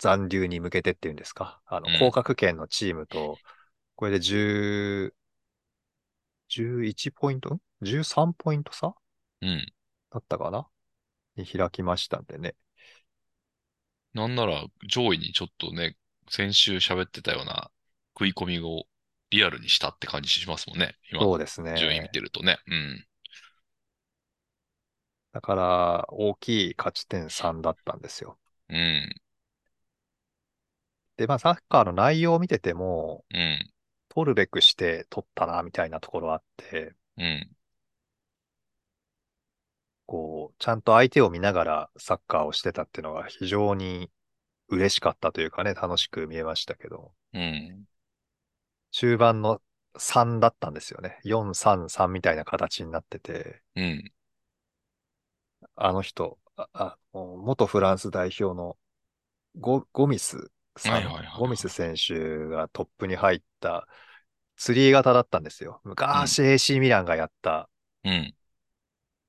[SPEAKER 2] 残留に向けてっていうんですか。あの
[SPEAKER 1] うん、
[SPEAKER 2] 降格圏のチームと、これで10、11ポイントん ?13 ポイント差
[SPEAKER 1] うん。うん。
[SPEAKER 2] だったかなに開きましたんでね。
[SPEAKER 1] なんなら上位にちょっとね、先週喋ってたような食い込みをリアルにしたって感じしますもんね。今、
[SPEAKER 2] そうです
[SPEAKER 1] 順位見
[SPEAKER 2] ね。
[SPEAKER 1] てるとね。うん。
[SPEAKER 2] だから、大きい勝ち点3だったんですよ。
[SPEAKER 1] うん。
[SPEAKER 2] で、まあ、サッカーの内容を見てても、
[SPEAKER 1] うん。
[SPEAKER 2] 取るべくして取ったな、みたいなところあって、
[SPEAKER 1] うん。
[SPEAKER 2] こう、ちゃんと相手を見ながらサッカーをしてたっていうのが非常に嬉しかったというかね、楽しく見えましたけど、
[SPEAKER 1] うん。
[SPEAKER 2] 中盤の3だったんですよね。4、3、3みたいな形になってて、
[SPEAKER 1] うん。
[SPEAKER 2] あの人、ああの元フランス代表のゴ、ゴミスさん、
[SPEAKER 1] はいはいはいはい
[SPEAKER 2] ゴミス選手がトップに入ったツリー型だったんですよ。昔 AC ミランがやった
[SPEAKER 1] うん。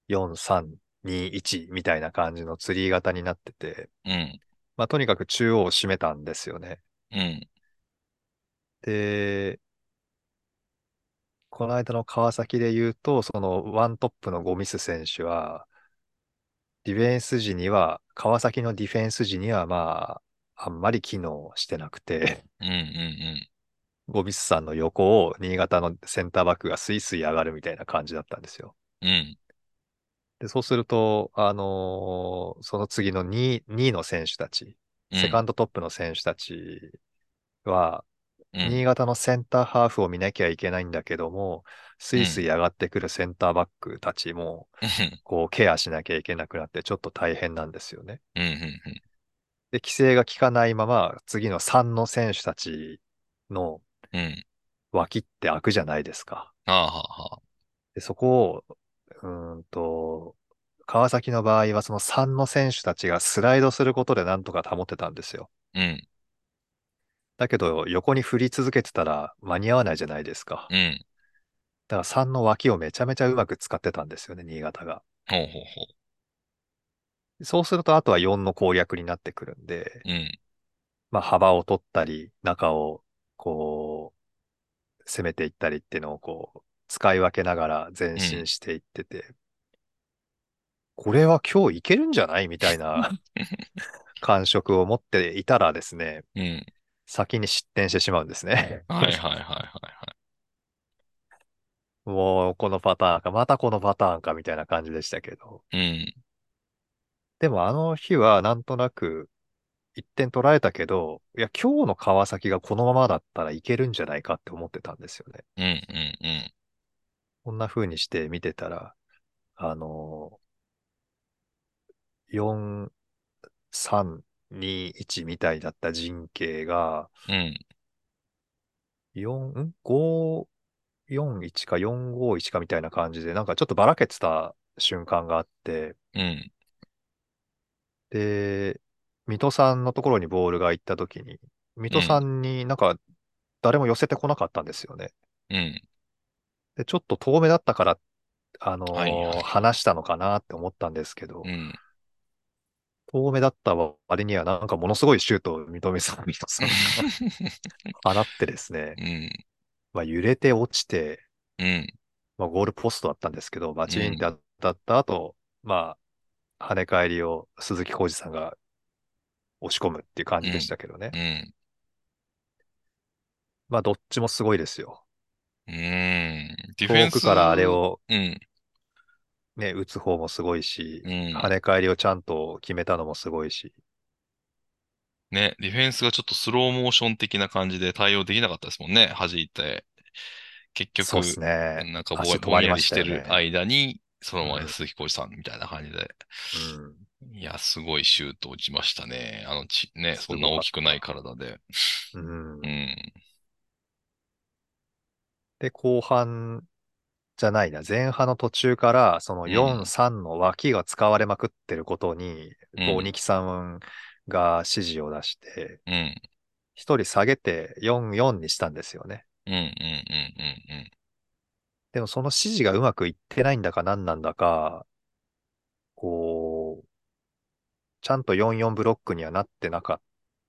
[SPEAKER 2] 4、3、2、1みたいな感じのツリー型になってて、
[SPEAKER 1] うん。
[SPEAKER 2] まあ、とにかく中央を占めたんですよね。
[SPEAKER 1] うん。
[SPEAKER 2] で、この間の川崎で言うと、そのワントップのゴミス選手は、ディフェンス時には、川崎のディフェンス時には、まあ、あんまり機能してなくて、
[SPEAKER 1] うん。うん。
[SPEAKER 2] ゴミスさんの横を新潟のセンターバックがスイスイ上がるみたいな感じだったんですよ。
[SPEAKER 1] うん。
[SPEAKER 2] で、そうすると、あのーその次の2、2位の選手たち、
[SPEAKER 1] うん。
[SPEAKER 2] セカンドトップの選手たちは、
[SPEAKER 1] うん。
[SPEAKER 2] 新潟のセンターハーフを見なきゃいけないんだけども、スイスイ上がってくるセンターバックたちも、こう、ケアしなきゃいけなくなって、ちょっと大変なんですよね。
[SPEAKER 1] うん。うん。
[SPEAKER 2] で、規制が効かないまま、次の3の選手たちの
[SPEAKER 1] うん。
[SPEAKER 2] 脇って開くじゃないですか。
[SPEAKER 1] ああ、はあ。
[SPEAKER 2] で、そこを、うーんと、川崎の場合はその3の選手たちがスライドすることでなんとか保てたんですよ。
[SPEAKER 1] うん。
[SPEAKER 2] だけど、横に振り続けてたら間に合わないじゃないですか。
[SPEAKER 1] うん。
[SPEAKER 2] だから3の脇をめちゃめちゃうまく使ってたんですよね、新潟が。
[SPEAKER 1] ほうほうほ
[SPEAKER 2] そうすると、あとは4の攻略になってくるんで、
[SPEAKER 1] う。うん。
[SPEAKER 2] まあ、幅を取ったり、中を、こう、攻めていったりっていうのを、こう、使い分けながら前進していってて、これは今日いけるんじゃないみた いな感触を持っていたらですね、
[SPEAKER 1] うん。
[SPEAKER 2] 先に失点してしまうんですね。
[SPEAKER 1] はいはいはいはいは
[SPEAKER 2] もう、このパターンか、またこのパターンか、みたいな感じでしたけど。
[SPEAKER 1] い。
[SPEAKER 2] でもあの日はなんとなく1点取られたけど、いや、今日の川崎がこのままだったらいけるんじゃないかって思ってたんですよね。
[SPEAKER 1] うん。うん。うん。うん。
[SPEAKER 2] こんな風にして見てたら、あのー、4321みたいだった陣形が、
[SPEAKER 1] うん。
[SPEAKER 2] 4、541か451かみたいな感じで、なんかちょっとばらけてた瞬間があって、
[SPEAKER 1] うん。
[SPEAKER 2] で、水戸さんのところにボールが行ったときに、水戸さんになんか誰も寄せてこなかったんですよね。
[SPEAKER 1] うん。
[SPEAKER 2] で、ちょっと遠目だったからあのー
[SPEAKER 1] はいはい
[SPEAKER 2] 話したのかなって思ったんですけど、
[SPEAKER 1] うん。
[SPEAKER 2] 遠目だった割にはなんかものすごいシュートを認めさん、認さん が放ってですね、
[SPEAKER 1] うん。
[SPEAKER 2] まあ、揺れて落ちて、
[SPEAKER 1] うん。
[SPEAKER 2] まあ、ゴールポストだったんですけど、バチンって当たった後、まあ、跳ね返りを鈴木浩二さんが押し込むっていう感じでしたけどね。
[SPEAKER 1] うん。
[SPEAKER 2] まあ、どっちもすごいですよ。
[SPEAKER 1] うん。ディフェ
[SPEAKER 2] 遠
[SPEAKER 1] ン
[SPEAKER 2] く
[SPEAKER 1] ス。
[SPEAKER 2] からあれ。を
[SPEAKER 1] うん。
[SPEAKER 2] ね、打つ方もすごいし
[SPEAKER 1] う、ん。
[SPEAKER 2] 跳ね返りをちゃんと決めたのもすごいし、
[SPEAKER 1] ね、ディフェンスがちょっとスローモーション的な感じで対応できなかったですもんね、弾いて。結局、
[SPEAKER 2] そうですね。
[SPEAKER 1] なんかぼ
[SPEAKER 2] 足止
[SPEAKER 1] ぼ
[SPEAKER 2] ま
[SPEAKER 1] ん
[SPEAKER 2] り
[SPEAKER 1] や
[SPEAKER 2] ま
[SPEAKER 1] り
[SPEAKER 2] し
[SPEAKER 1] したて
[SPEAKER 2] よね
[SPEAKER 1] る間に、そのま
[SPEAKER 2] う
[SPEAKER 1] ま
[SPEAKER 2] ん
[SPEAKER 1] 鈴木浩二さんみたいな感じで。
[SPEAKER 2] うん
[SPEAKER 1] いや、すごいシュート打ちましたね。あのち、ね、
[SPEAKER 2] す
[SPEAKER 1] そ
[SPEAKER 2] ご
[SPEAKER 1] ん
[SPEAKER 2] かった
[SPEAKER 1] な大きくない体で。
[SPEAKER 2] うん
[SPEAKER 1] うん。
[SPEAKER 2] で、後半じゃないな、前半の途中から、その
[SPEAKER 1] うん
[SPEAKER 2] 4、3の脇が使われまくってることに、
[SPEAKER 1] うん
[SPEAKER 2] こう、二木さんが指示を出して、
[SPEAKER 1] うん。
[SPEAKER 2] 一人下げて4、4にしたんですよね。
[SPEAKER 1] うん。うん。うん。うん。
[SPEAKER 2] でもその指示がうまくいってないんだか何なんだか、こう、ちゃんと4、4ブロックにはなってなかっ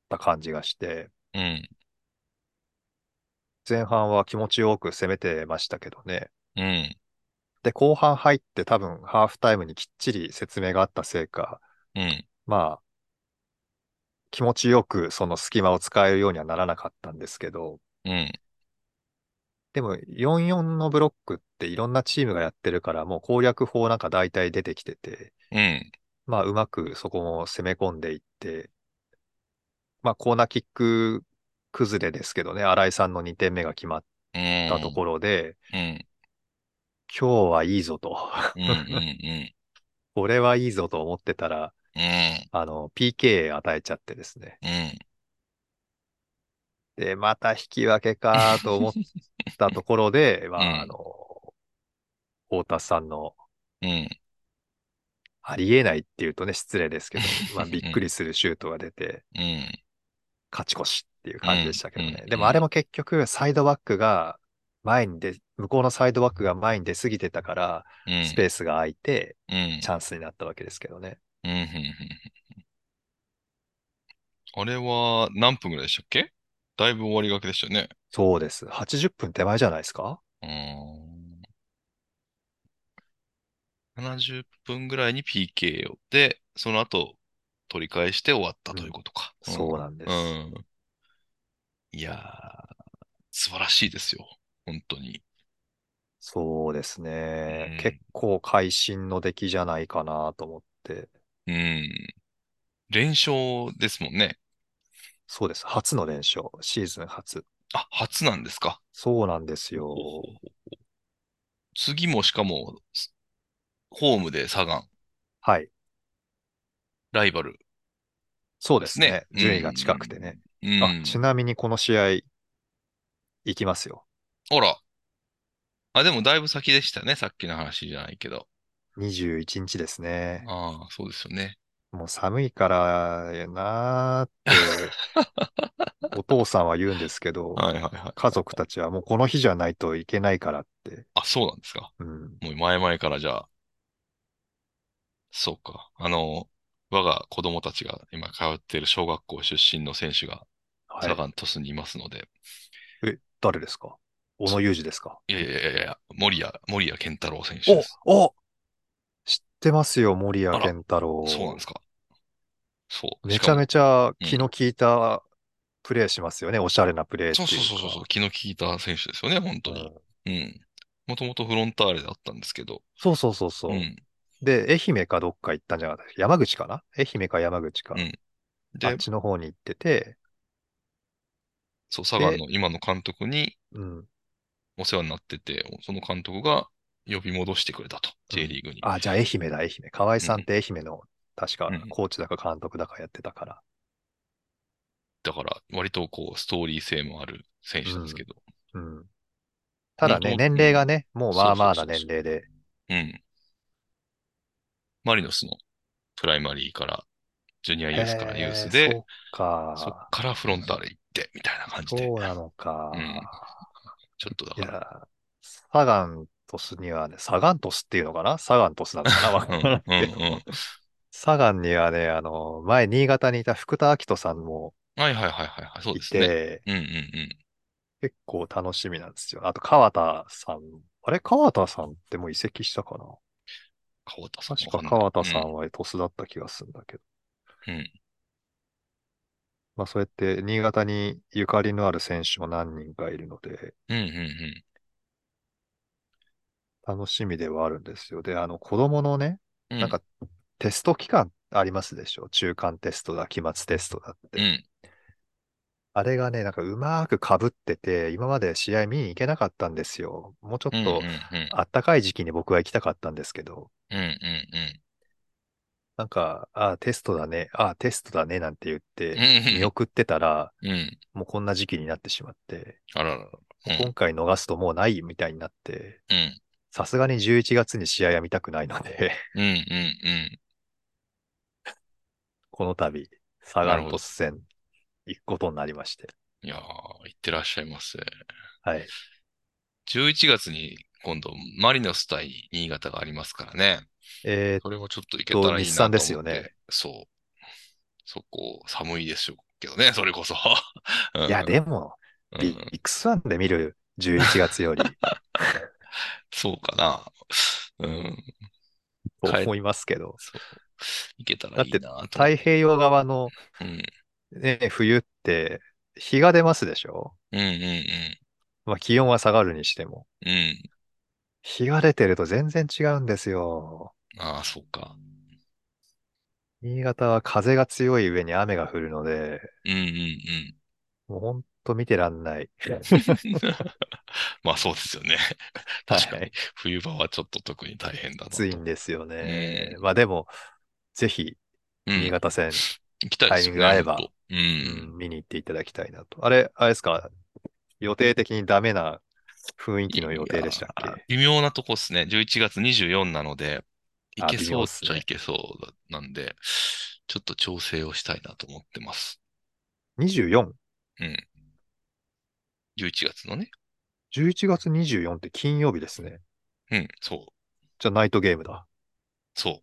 [SPEAKER 2] た感じがして、
[SPEAKER 1] うん。
[SPEAKER 2] 前半は気持ちよく攻めてましたけどね。
[SPEAKER 1] うん。
[SPEAKER 2] で、後半入って多分ハーフタイムにきっちり説明があったせいか、
[SPEAKER 1] うん。
[SPEAKER 2] まあ、気持ちよくその隙間を使えるようにはならなかったんですけど、
[SPEAKER 1] うん。
[SPEAKER 2] でも44のブロックっていろんなチームがやってるから、もう攻略法なんか大体出てきてて、
[SPEAKER 1] うん。
[SPEAKER 2] まあうまくそこも攻め込んでいって、まあコーナーキック崩れですけどね、新井さんの2点目が決まっ
[SPEAKER 1] うん。
[SPEAKER 2] たところで、
[SPEAKER 1] うん。
[SPEAKER 2] 今日はいいぞと、
[SPEAKER 1] うん。うん。うん。
[SPEAKER 2] 俺はいいぞと思ってたら、
[SPEAKER 1] うん。
[SPEAKER 2] あの、PK 与えちゃってですね。
[SPEAKER 1] うん。
[SPEAKER 2] で、また引き分けかと思ったところで、ま
[SPEAKER 1] うん
[SPEAKER 2] あ、あの、太田さんの、
[SPEAKER 1] うん。
[SPEAKER 2] ありえないって言うとね、失礼ですけど、まあ、びっくりするシュートが出て、
[SPEAKER 1] うん。
[SPEAKER 2] 勝ち越しっていう感じでしたけど
[SPEAKER 1] うん
[SPEAKER 2] ね
[SPEAKER 1] う。ん
[SPEAKER 2] でも、あれも結局、サイドバックが前に出、向こうのサイドバックが前に出過ぎてたから、
[SPEAKER 1] うん。
[SPEAKER 2] スペースが空いて、
[SPEAKER 1] うん
[SPEAKER 2] チ。ャンスになったわけですけどね。
[SPEAKER 1] うんうんうんうんあれは何分ぐらいでしたっけだいぶ終わりがけでしたよね。
[SPEAKER 2] そうです。80分手前じゃないですか
[SPEAKER 1] うーん。70分ぐらいに PK を。で、その後取り返して終わったということか。
[SPEAKER 2] そうなんです。
[SPEAKER 1] うん。いやー、素晴らしいですよ。本当に。
[SPEAKER 2] そうですね。
[SPEAKER 1] うん
[SPEAKER 2] 結構会心の出来じゃないかなと思って。
[SPEAKER 1] うん。連勝ですもんね。
[SPEAKER 2] そうです。初の連勝。シーズン初。
[SPEAKER 1] あ、初なんですか。
[SPEAKER 2] そうなんですよ。
[SPEAKER 1] 次もしかも、すホームでサガン、
[SPEAKER 2] はい。
[SPEAKER 1] ライバル。
[SPEAKER 2] そうですね。
[SPEAKER 1] ね
[SPEAKER 2] 順位が近くてね。
[SPEAKER 1] うん。
[SPEAKER 2] あ、ちなみにこの試合、いきますよ。
[SPEAKER 1] あら。あ、でもだいぶ先でしたね。さっきの話じゃないけど。
[SPEAKER 2] 21日ですね。
[SPEAKER 1] ああ、そうですよね。
[SPEAKER 2] もう寒いからやなー って、お父さんは言うんですけど、
[SPEAKER 1] はいはいはい。
[SPEAKER 2] 家族たちはもうこの日じゃないといけないからって。
[SPEAKER 1] あ、そうなんですか。
[SPEAKER 2] うん。
[SPEAKER 1] もう前々からじゃあ。そうか。あの、我が子供たちが今通っている小学校出身の選手が
[SPEAKER 2] はい
[SPEAKER 1] サガン鳥栖にいますので、
[SPEAKER 2] え、誰ですか小野裕二ですか
[SPEAKER 1] い、やいやいやいや、森谷、森谷健太郎選手
[SPEAKER 2] お
[SPEAKER 1] です。、
[SPEAKER 2] お知ってますよ、森谷健太郎。
[SPEAKER 1] そうなんですか。そう。
[SPEAKER 2] め
[SPEAKER 1] し
[SPEAKER 2] ちゃ
[SPEAKER 1] かも
[SPEAKER 2] めちゃ
[SPEAKER 1] うん
[SPEAKER 2] 気の利いたプレーしますよね、おしゃれなプレーって
[SPEAKER 1] そ
[SPEAKER 2] いうう
[SPEAKER 1] そうそうそうそう、
[SPEAKER 2] か。
[SPEAKER 1] 気の利いた選手ですよね、本当に。
[SPEAKER 2] うん
[SPEAKER 1] うん。もともとフロンターレだったんですけど、
[SPEAKER 2] そうそうそうそうう。
[SPEAKER 1] ん。
[SPEAKER 2] で、愛媛かどっか行ったんじゃなかったっけ山口かな愛媛か山口か
[SPEAKER 1] う。ん
[SPEAKER 2] あっ
[SPEAKER 1] で、
[SPEAKER 2] ちの方に行ってて、
[SPEAKER 1] そう、サガンの今の監督に
[SPEAKER 2] うん。
[SPEAKER 1] お世話になってて、その監督が呼び戻してくれたと、J リーグに。
[SPEAKER 2] あ、じゃあ愛媛だ、愛媛。河合さんって愛媛の、確か
[SPEAKER 1] うん
[SPEAKER 2] コーチだか監督だかやってたから。
[SPEAKER 1] だから、割とこう、ストーリー性もある選手ですけど。
[SPEAKER 2] うん。ただ
[SPEAKER 1] う
[SPEAKER 2] ね、
[SPEAKER 1] ん
[SPEAKER 2] 年齢がね、もうまあまあ
[SPEAKER 1] そ
[SPEAKER 2] な
[SPEAKER 1] うそうそうそ
[SPEAKER 2] 年
[SPEAKER 1] う
[SPEAKER 2] 齢で。
[SPEAKER 1] うん。マリノスのプライマリーから、ジュニアユースからユース
[SPEAKER 2] へ
[SPEAKER 1] で、
[SPEAKER 2] そうか。
[SPEAKER 1] そっからフロンターレ行って、みたいな感じで
[SPEAKER 2] そ、うなのか。
[SPEAKER 1] うんちょっとだ
[SPEAKER 2] い
[SPEAKER 1] から、
[SPEAKER 2] や、サガントスにはね、サガントスっていうのかなサガントスなのかなわ
[SPEAKER 1] う
[SPEAKER 2] か
[SPEAKER 1] ん、
[SPEAKER 2] んないけど
[SPEAKER 1] うん、うん。
[SPEAKER 2] サガンにはね、あの、前、新潟にいた福田明人さんも
[SPEAKER 1] はいはいはいはいはい。そう
[SPEAKER 2] い
[SPEAKER 1] ですね。
[SPEAKER 2] て、
[SPEAKER 1] うんうんうん。
[SPEAKER 2] 結構楽しみなんですよ。あと、川田さん。あれ川田さんってもう移籍したかな
[SPEAKER 1] 川田さん。
[SPEAKER 2] 確
[SPEAKER 1] わ
[SPEAKER 2] か
[SPEAKER 1] んない
[SPEAKER 2] 川田さ
[SPEAKER 1] うん
[SPEAKER 2] は鳥栖だった気がするんだけど。
[SPEAKER 1] うん
[SPEAKER 2] まあ、そうやって、新潟にゆかりのある選手も何人かいるので、
[SPEAKER 1] うんうんうん。
[SPEAKER 2] 楽しみではあるんですよ。で、あの、子供のね、
[SPEAKER 1] うん
[SPEAKER 2] なんか、テスト期間ありますでしょ中間テストだ、期末テストだって。
[SPEAKER 1] うん。
[SPEAKER 2] あれがね、なんかうまく被ってて、今まで試合見に行けなかったんですよ。もうちょ
[SPEAKER 1] うん
[SPEAKER 2] っ
[SPEAKER 1] うん
[SPEAKER 2] と、あったかい時期に僕は行きたかったんですけど、
[SPEAKER 1] うん。うんうん
[SPEAKER 2] なんか、ああ、テストだね、ああ、テストだね、なんて言っ
[SPEAKER 1] うん。
[SPEAKER 2] て、
[SPEAKER 1] うん
[SPEAKER 2] 見送ってたら、
[SPEAKER 1] うん。
[SPEAKER 2] もうこんな時期になってしまって、
[SPEAKER 1] あららら。うん
[SPEAKER 2] 今回逃すともうないみたいになって、
[SPEAKER 1] うん。
[SPEAKER 2] さすがに11月に試合は見たくないので、
[SPEAKER 1] うんうんうん。
[SPEAKER 2] この度、サガン鳥栖戦、行くことになりまして。
[SPEAKER 1] いやー、行ってらっしゃいますね。
[SPEAKER 2] はい。
[SPEAKER 1] 11月に今度、マリノス対新潟がありますからね。
[SPEAKER 2] えー
[SPEAKER 1] それもちょっと行けたらいいなと思って。
[SPEAKER 2] 日産ですよね。
[SPEAKER 1] そう。そこ、寒いでしょうけどね、それこそ。 うん
[SPEAKER 2] いや、でも、
[SPEAKER 1] うん
[SPEAKER 2] ビッグスワンで見る11 月より、
[SPEAKER 1] そうかな。うん。
[SPEAKER 2] と思いますけど、
[SPEAKER 1] そう。行けたらいいなと思って。
[SPEAKER 2] 太平洋側の
[SPEAKER 1] うん。
[SPEAKER 2] ね、冬って、日が出ますでしょ
[SPEAKER 1] うんうん
[SPEAKER 2] まあ、気温は下がるにしても。
[SPEAKER 1] うん。うん。
[SPEAKER 2] 日が出てると全然違うんですよ。
[SPEAKER 1] ああ、そうか。
[SPEAKER 2] 新潟は風が強い上に雨が降るので、
[SPEAKER 1] うんうんうん。
[SPEAKER 2] もうほんと見てらんない。
[SPEAKER 1] まあそうですよね。
[SPEAKER 2] は
[SPEAKER 1] 確かに
[SPEAKER 2] い。
[SPEAKER 1] 冬場はちょっと特に大変だなと。
[SPEAKER 2] 暑いんですよね
[SPEAKER 1] う。
[SPEAKER 2] まあでも、ぜひ、
[SPEAKER 1] うん
[SPEAKER 2] 新潟戦、
[SPEAKER 1] 行きたいですよね
[SPEAKER 2] タイミングが合えば
[SPEAKER 1] 本当う
[SPEAKER 2] うん
[SPEAKER 1] ん。
[SPEAKER 2] 見に行っていただきたいなと。あれ、あれですか予定的にダメな雰囲気の予定でしたっ
[SPEAKER 1] いや
[SPEAKER 2] け
[SPEAKER 1] ー微妙なとこですね。11月24なので、行
[SPEAKER 2] あ
[SPEAKER 1] けそうっちゃ
[SPEAKER 2] 微妙っすね
[SPEAKER 1] いけそうだなんで、ちょっと調整をしたいなと思ってます。
[SPEAKER 2] ?24?11
[SPEAKER 1] 11月のね。
[SPEAKER 2] 月24って金曜日ですね。
[SPEAKER 1] うん、そう。
[SPEAKER 2] じゃあナイトゲームだ。
[SPEAKER 1] そう。も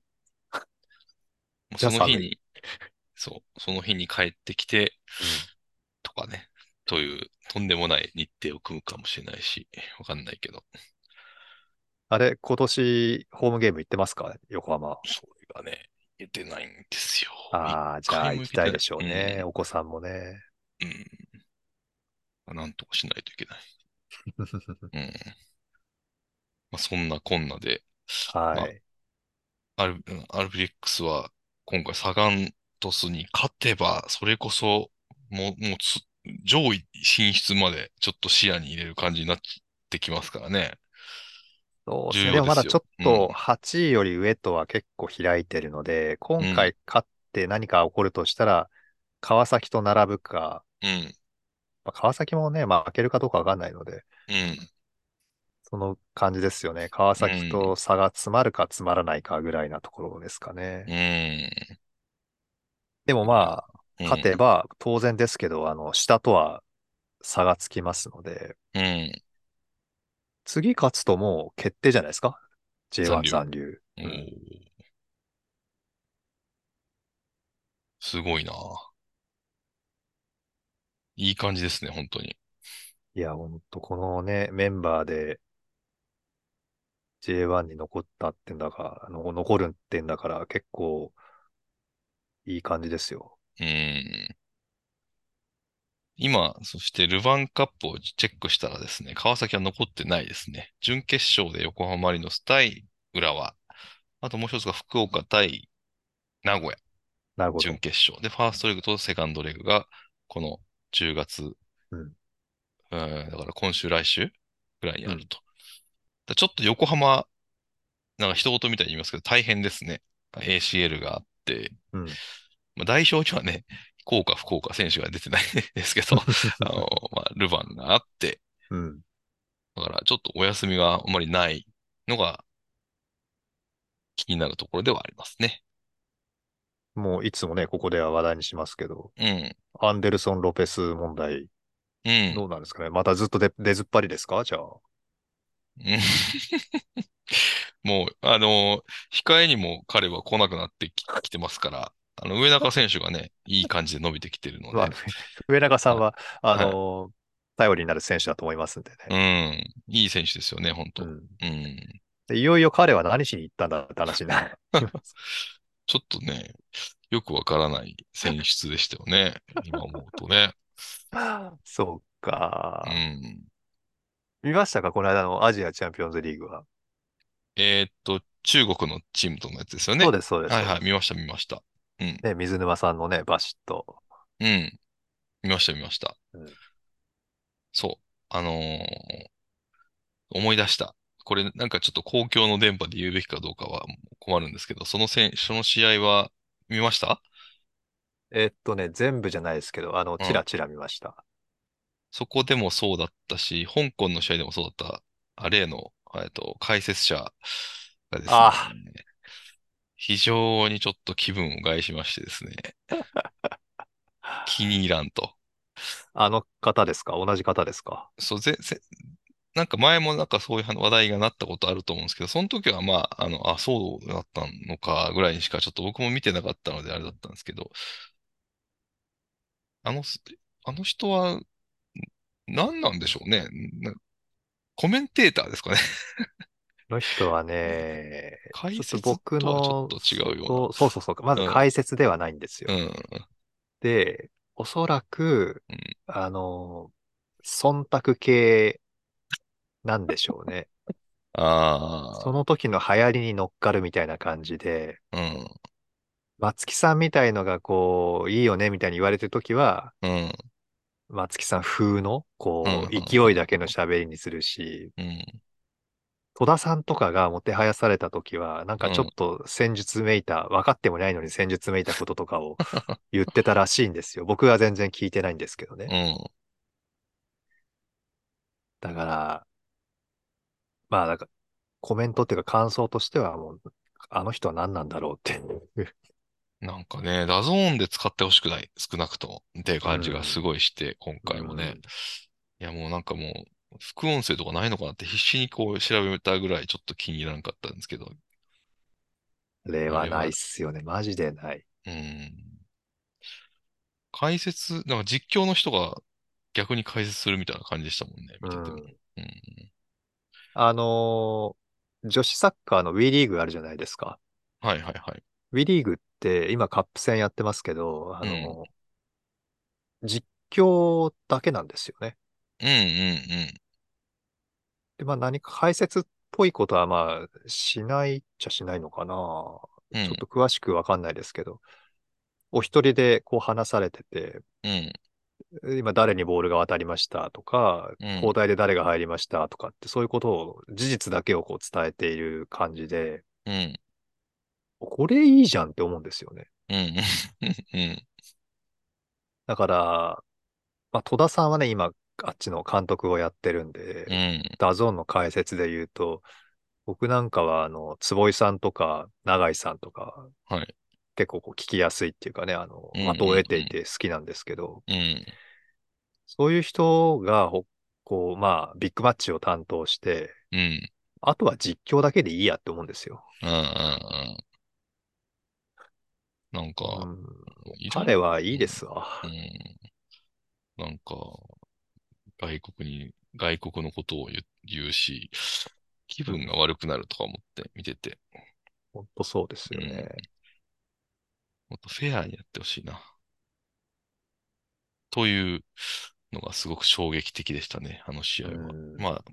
[SPEAKER 1] う
[SPEAKER 2] じゃ
[SPEAKER 1] そ
[SPEAKER 2] あ
[SPEAKER 1] の日
[SPEAKER 2] 寒
[SPEAKER 1] に、そう、その日に帰ってきて、とかね、という、とんでもない日程を組むかもしれないし、わかんないけど、
[SPEAKER 2] あれ、今年、ホームゲーム行ってますか横浜。
[SPEAKER 1] それがね、言ってないんですよ。
[SPEAKER 2] ああ、じ
[SPEAKER 1] 一回
[SPEAKER 2] ゃあ
[SPEAKER 1] も
[SPEAKER 2] 行
[SPEAKER 1] 行
[SPEAKER 2] き
[SPEAKER 1] けて
[SPEAKER 2] た
[SPEAKER 1] ない
[SPEAKER 2] いでしょうね。お子さんもね。
[SPEAKER 1] うん。なんとかしないといけない。うん。まあ、そんなこんなで、
[SPEAKER 2] はい。
[SPEAKER 1] アル、うんアルビレックスは今回サガン鳥栖に勝てば、それこそ、もう、もうつ、上位進出までちょっと視野に入れる感じになってきますからね。
[SPEAKER 2] そうです
[SPEAKER 1] 重要
[SPEAKER 2] ね。でもまだ
[SPEAKER 1] で
[SPEAKER 2] ち
[SPEAKER 1] すよ
[SPEAKER 2] ょっと8位より上とは結構開いてるので、今回勝って何か起こるとしたら、川崎と並ぶか、
[SPEAKER 1] うん、
[SPEAKER 2] まあ、川崎もね、まあ、負けるかどうかわかんないので、
[SPEAKER 1] うん、
[SPEAKER 2] その感じですよね。川崎と差が詰まるか詰まらないかぐらいなところですかね。
[SPEAKER 1] うん。
[SPEAKER 2] でもまあ、
[SPEAKER 1] うん
[SPEAKER 2] 勝てば当然ですけど、あの、下とは差がつきますので、
[SPEAKER 1] うん。
[SPEAKER 2] 次勝つともう決定じゃないですか ?J1
[SPEAKER 1] 残留
[SPEAKER 2] 残留。
[SPEAKER 1] お
[SPEAKER 2] ん
[SPEAKER 1] ーすごいな。いい感じですね、本当に。
[SPEAKER 2] いや、ほんと、このね、メンバーで J1 に残ったってんだから、あの残るってんだから、結構いい感じですよ。
[SPEAKER 1] うん。今、そしてルヴァンカップをチェックしたらですね、川崎は残ってないですね。準決勝で横浜マリノス対浦和。あともう一つが福岡対名古屋。
[SPEAKER 2] なるほど
[SPEAKER 1] 準。決勝。で、ファーストレグとセカンドレグが、この10月、
[SPEAKER 2] うん
[SPEAKER 1] うんだから今週、来週ぐらいにあると。だからちょっと横浜、なんか一言みたいに言いますけど、大変ですね。ACL があって、
[SPEAKER 2] うん
[SPEAKER 1] まあ、代表にはね、効果不効果選手が出てないですけ ど、あの、まあ、ルヴァンがあって、
[SPEAKER 2] うん。
[SPEAKER 1] だからちょっとお休みがあんまりないのが気になるところではありますね。
[SPEAKER 2] もういつもね、ここでは話題にしますけど、
[SPEAKER 1] うん。
[SPEAKER 2] アンデルソン・ロペス問題、
[SPEAKER 1] うん。
[SPEAKER 2] どうなんですかねまたずっと出出ずっぱりですかじゃあ。
[SPEAKER 1] うん もう、あの、控えにも彼は来なくなってき、きてますから、あの、上中選手がね、いい感じで伸びてきてるの
[SPEAKER 2] まあ
[SPEAKER 1] で、、
[SPEAKER 2] 上中さ んは、あの、頼りになる選手だと思いますんで
[SPEAKER 1] う
[SPEAKER 2] ね。
[SPEAKER 1] ん、いい選手ですよね、本当。
[SPEAKER 2] うん
[SPEAKER 1] うん。
[SPEAKER 2] でいよいよ彼は何しに行ったんだって話になります。
[SPEAKER 1] ちょっとね、よくわからない選出でしたよ ね、今思うとね。
[SPEAKER 2] そうか
[SPEAKER 1] う。ん。
[SPEAKER 2] 見ましたかこの間のアジアチャンピオンズリーグは。
[SPEAKER 1] えーっと、中国のチームとのやつですよね。
[SPEAKER 2] そうです、そうです。
[SPEAKER 1] はいはい、見ました、見ました。
[SPEAKER 2] ね、水沼さんのね、バシッと。
[SPEAKER 1] うん。見ました、見ました
[SPEAKER 2] うん。
[SPEAKER 1] そう。あのー思い出した。これ、なんかちょっと公共の電波で言うべきかどうかは困るんですけど、そのせん、その試合は見ました
[SPEAKER 2] えっとね、全部じゃないですけど、あの、チラチラ見ました。
[SPEAKER 1] そこでもそうだったし、香港の試合でもそうだった、あ例の、えっと、解説者がです
[SPEAKER 2] あ
[SPEAKER 1] ね、非常にちょっと気分を害しまして ですね、気に入らんと。
[SPEAKER 2] あの方ですか同じ方ですか
[SPEAKER 1] そう、ぜ、ぜ、なんか前もなんかそういう話題がなったことあると思うんですけど、その時はまあ、あの、あ、そうだったのかぐらいにしかちょっと僕も見てなかったのであれだったんですけど、あのす、あの人は、ん何なんでしょうね。なコメンテーターですか ね。
[SPEAKER 2] この人はね、
[SPEAKER 1] 解
[SPEAKER 2] ちょっと
[SPEAKER 1] 説
[SPEAKER 2] 僕
[SPEAKER 1] とはちょ
[SPEAKER 2] の
[SPEAKER 1] っ、と違うよ
[SPEAKER 2] そうそうそうそう、まず
[SPEAKER 1] うん
[SPEAKER 2] 解説ではないんです
[SPEAKER 1] う
[SPEAKER 2] よ。
[SPEAKER 1] な。うん。
[SPEAKER 2] で、おそらく
[SPEAKER 1] うん、
[SPEAKER 2] あの、忖度系なんでしょうね。
[SPEAKER 1] あ
[SPEAKER 2] その時の流行りに乗っかるみたいな感じで、
[SPEAKER 1] あ、うん、
[SPEAKER 2] 松木さんみたいのがこう、いいよねみたいに言われてる時は、
[SPEAKER 1] うん、
[SPEAKER 2] 松木さん風の、こう、
[SPEAKER 1] うん
[SPEAKER 2] 勢いだけの喋りにするし、
[SPEAKER 1] うん。
[SPEAKER 2] 戸田さんとかがもてはやされた時は、なんかちょっと戦術めいた、分かってもないのに戦術めいたこととかを言ってたらしいんですよ。僕は全然聞いてないんですけどね。
[SPEAKER 1] うん。
[SPEAKER 2] だから、まあ、なんか、コメントっていうか感想としてはもう、あの人は何なんだろうって。
[SPEAKER 1] なんかね、ダゾーンで使ってほしくない、少なくとも、って感じがすごいして、今回もね。
[SPEAKER 2] うん
[SPEAKER 1] いや、もうなんかもう、副音声とかないのかなって必死にこう調べたぐらいちょっと気に入らなかったんですけど、
[SPEAKER 2] あれはないっすよね。マジでない。
[SPEAKER 1] うん。解説、なんか実況の人が逆に解説するみたいな感じでしたもんね、見てても。うん。
[SPEAKER 2] あのー女子サッカーの WE リーグあるじゃないですか。
[SPEAKER 1] はいはいはい。
[SPEAKER 2] WE リーグって今カップ戦やってますけど、あのー実況だけなんですよね。
[SPEAKER 1] うんうんうん。
[SPEAKER 2] で、まあ何か解説っぽいことはまあしないっちゃしないのかな。
[SPEAKER 1] うん
[SPEAKER 2] ちょっと詳しくわかんないですけど、お一人でこう話されてて、
[SPEAKER 1] うん
[SPEAKER 2] 今誰にボールが渡りましたとか、
[SPEAKER 1] うん
[SPEAKER 2] 交代で誰が入りましたとかって、そういうことを、事実だけをこう伝えている感じで、
[SPEAKER 1] うん
[SPEAKER 2] これいいじゃんって思うんですよね。
[SPEAKER 1] うんうんうん
[SPEAKER 2] だから、まあ、戸田さんはね、今、あっちの監督をやってるんで、
[SPEAKER 1] うん
[SPEAKER 2] ダゾーンの解説で言うと、僕なんかは、あの、坪井さんとか、永井さんとか、
[SPEAKER 1] はい
[SPEAKER 2] 結構こう聞きやすいっていうかね、あの、
[SPEAKER 1] うんうんうん
[SPEAKER 2] 的を得ていて好きなんですけど、
[SPEAKER 1] うん
[SPEAKER 2] そういう人が、ほこう、まあ、ビッグマッチを担当して、
[SPEAKER 1] うん
[SPEAKER 2] あとは実況だけでいいやって思うんですよ。
[SPEAKER 1] うんうんなんか、
[SPEAKER 2] うん、
[SPEAKER 1] いろん
[SPEAKER 2] 彼はいいですわ。
[SPEAKER 1] うん。なんか、外国に、外国のことを言う、言うし、気分が悪くなるとか思って見てて、
[SPEAKER 2] ほんとそうですよね。
[SPEAKER 1] もっとフェアにやってほしいな。というのがすごく衝撃的でしたね、あの試合は。
[SPEAKER 2] うん
[SPEAKER 1] まあ、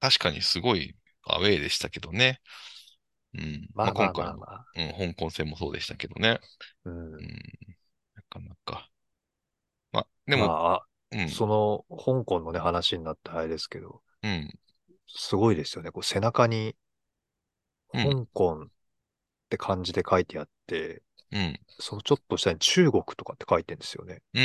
[SPEAKER 1] 確かにすごいアウェーでしたけどね。うん。
[SPEAKER 2] まあまあ
[SPEAKER 1] 今
[SPEAKER 2] ま
[SPEAKER 1] 回
[SPEAKER 2] あ
[SPEAKER 1] の
[SPEAKER 2] まあ。
[SPEAKER 1] うん、香港戦もそうでしたけどね。
[SPEAKER 2] うん
[SPEAKER 1] うん。なかなか。まあ、で
[SPEAKER 2] ま
[SPEAKER 1] も、
[SPEAKER 2] あ、
[SPEAKER 1] うん、
[SPEAKER 2] その、香港のね、話になったあれですけど、
[SPEAKER 1] うん。
[SPEAKER 2] すごいですよね。こう背中に、
[SPEAKER 1] うん
[SPEAKER 2] 香港って漢字で書いてあって、
[SPEAKER 1] うん、
[SPEAKER 2] そのちょっと下に中国とかって書いてんですよね。
[SPEAKER 1] うん、う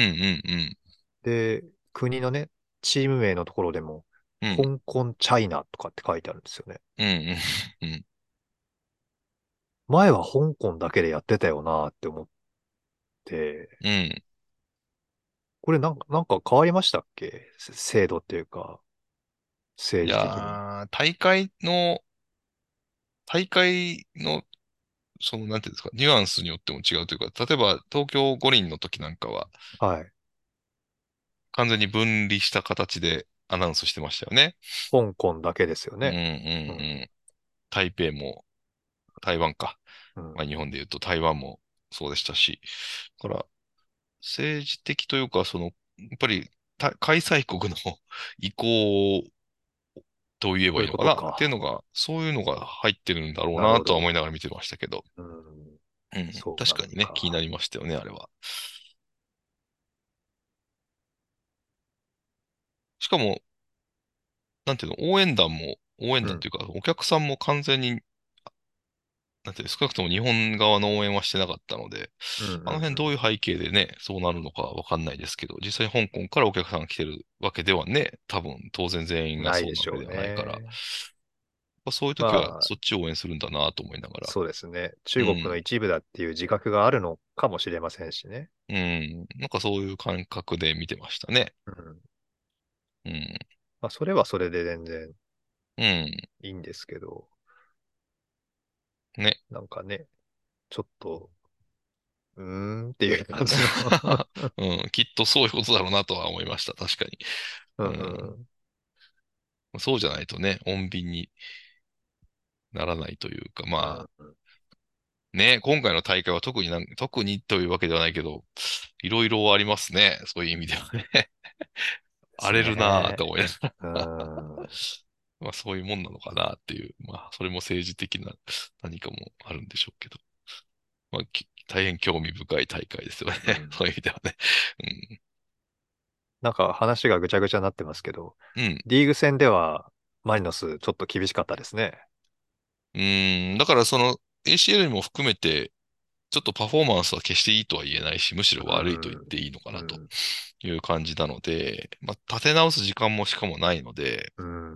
[SPEAKER 1] ん、
[SPEAKER 2] で、国のね、チーム名のところでも、
[SPEAKER 1] うん、うん、
[SPEAKER 2] 香港チャイナとかって書いてあるんですよね。
[SPEAKER 1] うん、うん、うん、
[SPEAKER 2] 前は香港だけでやってたよなって思って、
[SPEAKER 1] うん。
[SPEAKER 2] これなんか、なんか変わりましたっけせ制度っていうか、
[SPEAKER 1] い
[SPEAKER 2] 政治的に。
[SPEAKER 1] やな。大会の、大会の、その、なんていうんですか、ニュアンスによっても違うというか、例えば東京五輪の時なんかは、
[SPEAKER 2] はい。
[SPEAKER 1] 完全に分離した形でアナウンスしてましたよね。
[SPEAKER 2] 香港だけですよね。
[SPEAKER 1] うんうんうん。台北も、台湾か。
[SPEAKER 2] うん
[SPEAKER 1] まあ、日本で言うと台湾もそうでしたし、だから政治的というか、その、やっぱりた開催国の 意向と言えばいいのかな
[SPEAKER 2] そういうことか
[SPEAKER 1] っていうのが、そういうのが入ってるんだろう
[SPEAKER 2] なる
[SPEAKER 1] な
[SPEAKER 2] ほ
[SPEAKER 1] と
[SPEAKER 2] ど
[SPEAKER 1] は思いながら見てましたけど、
[SPEAKER 2] うん
[SPEAKER 1] うん、
[SPEAKER 2] そう
[SPEAKER 1] 確かにね
[SPEAKER 2] なの、か
[SPEAKER 1] 気になりましたよね、あれは。しかも、なんていうの、応援団も、応援団というか、お客さんも完全に、なんていうの少なくとも日本側の応援はしてなかったので、あの辺どういう背景でね、そうなるのかわかんないですけど、実際香港からお客さんが来てるわけではね、多分当然全員が
[SPEAKER 2] な
[SPEAKER 1] そう
[SPEAKER 2] い
[SPEAKER 1] な
[SPEAKER 2] でしょ
[SPEAKER 1] わ
[SPEAKER 2] う
[SPEAKER 1] けではない
[SPEAKER 2] ね
[SPEAKER 1] か。ら、まあそういう時
[SPEAKER 2] ま
[SPEAKER 1] は
[SPEAKER 2] あ
[SPEAKER 1] そっちを応援するんだなと思いながら、
[SPEAKER 2] そうですね。中国の一部だっていう自覚があるのかもしれませんしね。
[SPEAKER 1] うん、なんかそういう感覚で見てましたね。
[SPEAKER 2] うん
[SPEAKER 1] うん、
[SPEAKER 2] まあ、それはそれで全然
[SPEAKER 1] うん、
[SPEAKER 2] いいんですけど。
[SPEAKER 1] ね。
[SPEAKER 2] なんかね、ちょっと、うーんっていう感じの。
[SPEAKER 1] うん、きっとそういうことだろうなとは思いました、確かに。
[SPEAKER 2] うん
[SPEAKER 1] そうじゃないとね、穏便にならないというか、まあ、
[SPEAKER 2] うん
[SPEAKER 1] ね、今回の大会は特になん、特にというわけではないけど、いろいろありますね。そういう意味ではね。荒れるなぁと思いながら、
[SPEAKER 2] うん
[SPEAKER 1] まあそういうもんなのかなっていう、まあそれも政治的な何かもあるんでしょうけど、まあき大変興味深い大会ですよね。
[SPEAKER 2] う ん
[SPEAKER 1] そういう意味ではね。
[SPEAKER 2] なんか話がぐちゃぐちゃになってますけど、
[SPEAKER 1] うん。うん。
[SPEAKER 2] リーグ戦ではマリノスちょっと厳しかったですね。
[SPEAKER 1] うーん、だからその ACL も含めて、ちょっとパフォーマンスは決していいとは言えないし、むしろ悪いと言っていいのかなと
[SPEAKER 2] うん
[SPEAKER 1] いう感じなので、まあ立て直す時間もしかもないので、
[SPEAKER 2] うん。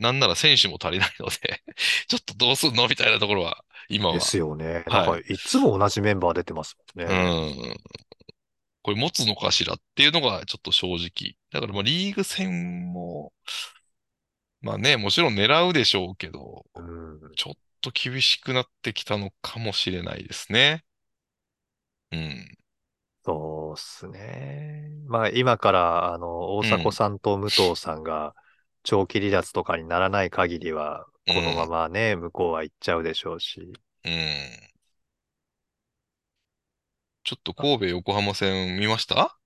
[SPEAKER 1] なんなら選手も足りないので ちょっとどうすんのみたいなところは、今は
[SPEAKER 2] で。すよね。なん
[SPEAKER 1] は
[SPEAKER 2] かいつも同じメンバー出てますもん
[SPEAKER 1] う
[SPEAKER 2] ね。
[SPEAKER 1] ん。これ持つのかしらっていうのがちょっと正直。だからまあリーグ戦も、まあね、もちろん狙うでしょうけど、ちょっ
[SPEAKER 2] うん。
[SPEAKER 1] と厳しくなってきたのかもしれないですね。うん。
[SPEAKER 2] そうっすね。まあ今から、あの、大迫さんと武藤さんが長期離脱とかにならない限りは、このままね、向こうは行っちゃうでしょうし。
[SPEAKER 1] うん。ちょっと神戸横浜戦見ました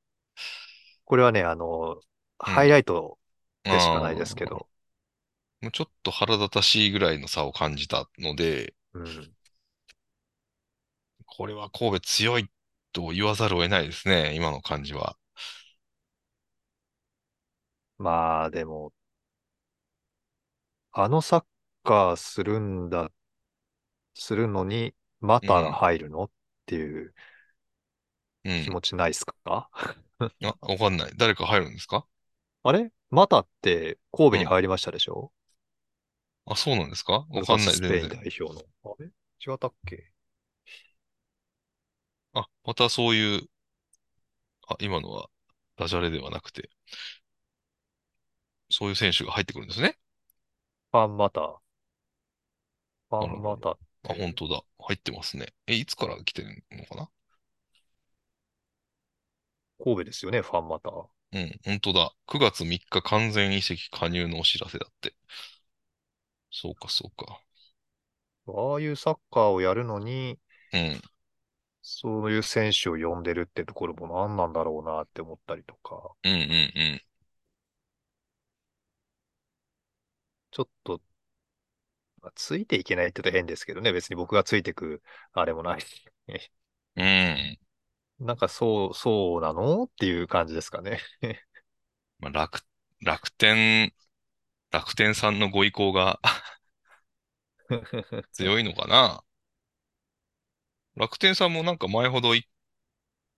[SPEAKER 2] これはね、あの、
[SPEAKER 1] うん
[SPEAKER 2] ハイライトでしかないですけ。
[SPEAKER 1] あ
[SPEAKER 2] ど。
[SPEAKER 1] ーもうちょっと腹立たしいぐらいの差を感じたので、
[SPEAKER 2] うん。
[SPEAKER 1] これは神戸強いと言わざるを得ないですね、今の感じは。
[SPEAKER 2] まあでも、あのサッカーするんだ、するのに、またが入るのっていう
[SPEAKER 1] う
[SPEAKER 2] 気
[SPEAKER 1] ん。
[SPEAKER 2] 持ちないっすか
[SPEAKER 1] あ、わかんない。誰か入るんですか
[SPEAKER 2] あれまたって神戸に入りましたでしょ
[SPEAKER 1] あ、そうなんですかわかんない、
[SPEAKER 2] ス
[SPEAKER 1] 全
[SPEAKER 2] ペイン
[SPEAKER 1] 然。
[SPEAKER 2] 代表の。あれ違ったっけ
[SPEAKER 1] あ、またそういう、あ、今のはダジャレではなくて、そういう選手が入ってくるんですね。
[SPEAKER 2] ファンマター。フ
[SPEAKER 1] な
[SPEAKER 2] ァ
[SPEAKER 1] る
[SPEAKER 2] ン
[SPEAKER 1] ほ
[SPEAKER 2] マター。
[SPEAKER 1] あ、本当だ。入ってますね。え、いつから来てるのかな
[SPEAKER 2] 神戸ですよね、ファンマター。
[SPEAKER 1] うん、本当だ。9月3日完全移籍加入のお知らせだって。そうか、そうか。
[SPEAKER 2] ああいうサッカーをやるのに、
[SPEAKER 1] うん。
[SPEAKER 2] そういう選手を呼んでるってところも何なんだろうなって思ったりとか、
[SPEAKER 1] うんうんうん。
[SPEAKER 2] ちょっと、まあついていけないって言うと変ですけどね、別に僕がついてくあれもないし。
[SPEAKER 1] うん。
[SPEAKER 2] なんかそう、そうなのっていう感じですかね。
[SPEAKER 1] まあ、楽、楽天、楽天さんのご意向 が強いのかな。楽天さんもなんか前ほどい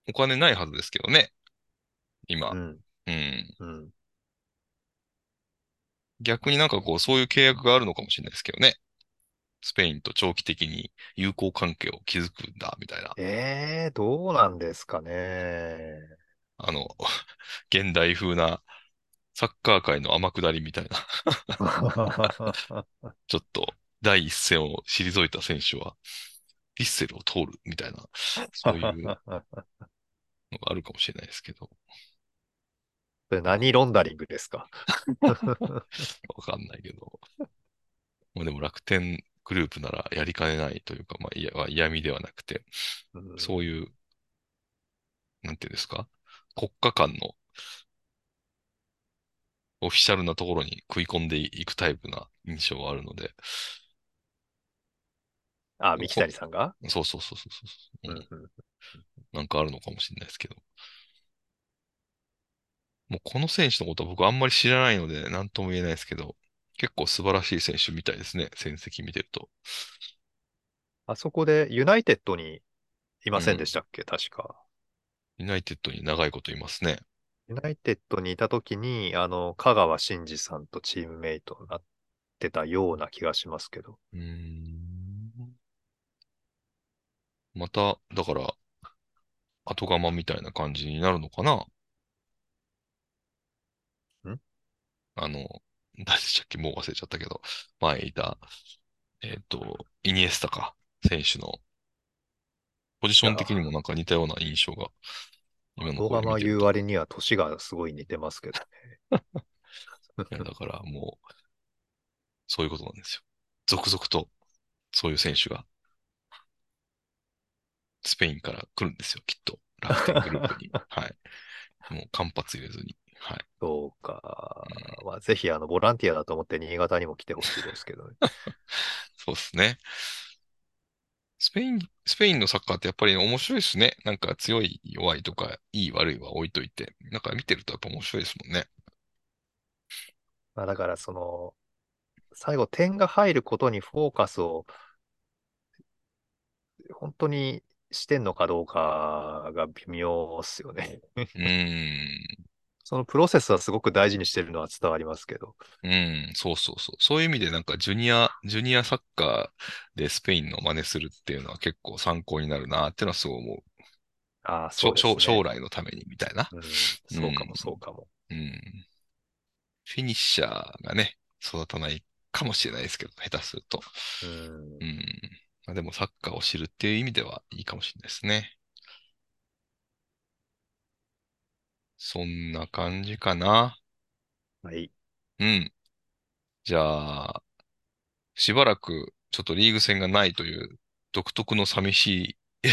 [SPEAKER 1] お金ないはずですけどね。今
[SPEAKER 2] う。ん、
[SPEAKER 1] うん。
[SPEAKER 2] うん。
[SPEAKER 1] 逆になんかこう、そういう契約があるのかもしれないですけどね。スペインと長期的に友好関係を築くんだ、みたいな。
[SPEAKER 2] ええ どうなんですかね。
[SPEAKER 1] あの、現代風なサッカー界の天下りみたいな、ちょっと第一線を退いた選手は、ヴィッセルを通るみたいな、そういうのがあるかもしれないですけど、
[SPEAKER 2] それ何ロンダリングですか
[SPEAKER 1] わかんないけど。まあでも楽天グループならやりかねないというか、まあ、いや嫌味ではなくて、
[SPEAKER 2] うん
[SPEAKER 1] そういう、なんていうんですか、国家間のオフィシャルなところに食い込んでいくタイプな印象があるので、
[SPEAKER 2] あ、三木谷さんが、
[SPEAKER 1] そうそうそうそうそうう、うん
[SPEAKER 2] んうん
[SPEAKER 1] なんかあるのかもしれないですけど。もうこの選手のことは僕あんまり知らないので、なんとも言えないですけど、結構素晴らしい選手みたいですね、戦績見てると。
[SPEAKER 2] あそこでユナイテッドにいませんでしたっけ、確か。
[SPEAKER 1] ユナイテッドに長いこといますね。
[SPEAKER 2] ユナイテッドにいたときに、あの、香川真司さんとチームメイトになってたような気がしますけど。
[SPEAKER 1] うーん。また、だから、後釜みたいな感じになるのかな
[SPEAKER 2] ん
[SPEAKER 1] あの、 誰でしたっけもう忘れちゃったけど、前いた、えっと、イニエスタか、選手の、ポジション的にもなんか似たような印象が、今の
[SPEAKER 2] 動
[SPEAKER 1] こ
[SPEAKER 2] 画
[SPEAKER 1] れ
[SPEAKER 2] ま
[SPEAKER 1] 見て
[SPEAKER 2] 言
[SPEAKER 1] る
[SPEAKER 2] う
[SPEAKER 1] と。
[SPEAKER 2] 割には年がすごい似てますけどね。
[SPEAKER 1] いやだからもう、そういうことなんですよ。続々と、そういう選手が、スペインから来るんですよ、きっと。楽天グループに。はい。もう間髪入れずに。はい。
[SPEAKER 2] そうか。まあ、ぜひ、あの、ボランティアだと思って新潟にも来てほしいですけどね。
[SPEAKER 1] そうですね。スペイン、スペインのサッカーってやっぱり面白いですね。なんか強い、弱いとか、いい、悪いは置いといて。なんか見てるとやっぱ面白いですもんね。
[SPEAKER 2] まあ、だから、その、最後、点が入ることにフォーカスを、本当にしてんのかどうかが微妙っすよね。
[SPEAKER 1] うー
[SPEAKER 2] そのプロセスはすごく大事にしてるのは伝わりますけど。
[SPEAKER 1] ん。うん。そうそうそう。そういう意味でなんかジュニア、ジュニアサッカーでスペインの真似するっていうのは結構参考になるなっていうのはすごい思う。
[SPEAKER 2] ああ、そう
[SPEAKER 1] 将
[SPEAKER 2] ですね。
[SPEAKER 1] 将将来のためにみたいな。
[SPEAKER 2] うん、そうか
[SPEAKER 1] うん
[SPEAKER 2] も、そうかも。
[SPEAKER 1] うん。フィニッシャーがね、育たないかもしれないですけど、下手すると。
[SPEAKER 2] うん
[SPEAKER 1] う。ん。まあ、でもサッカーを知るっていう意味ではいいかもしれないですね。そんな感じかな。
[SPEAKER 2] はい。
[SPEAKER 1] うん。じゃあ、しばらくちょっとリーグ戦がないという独特の寂しい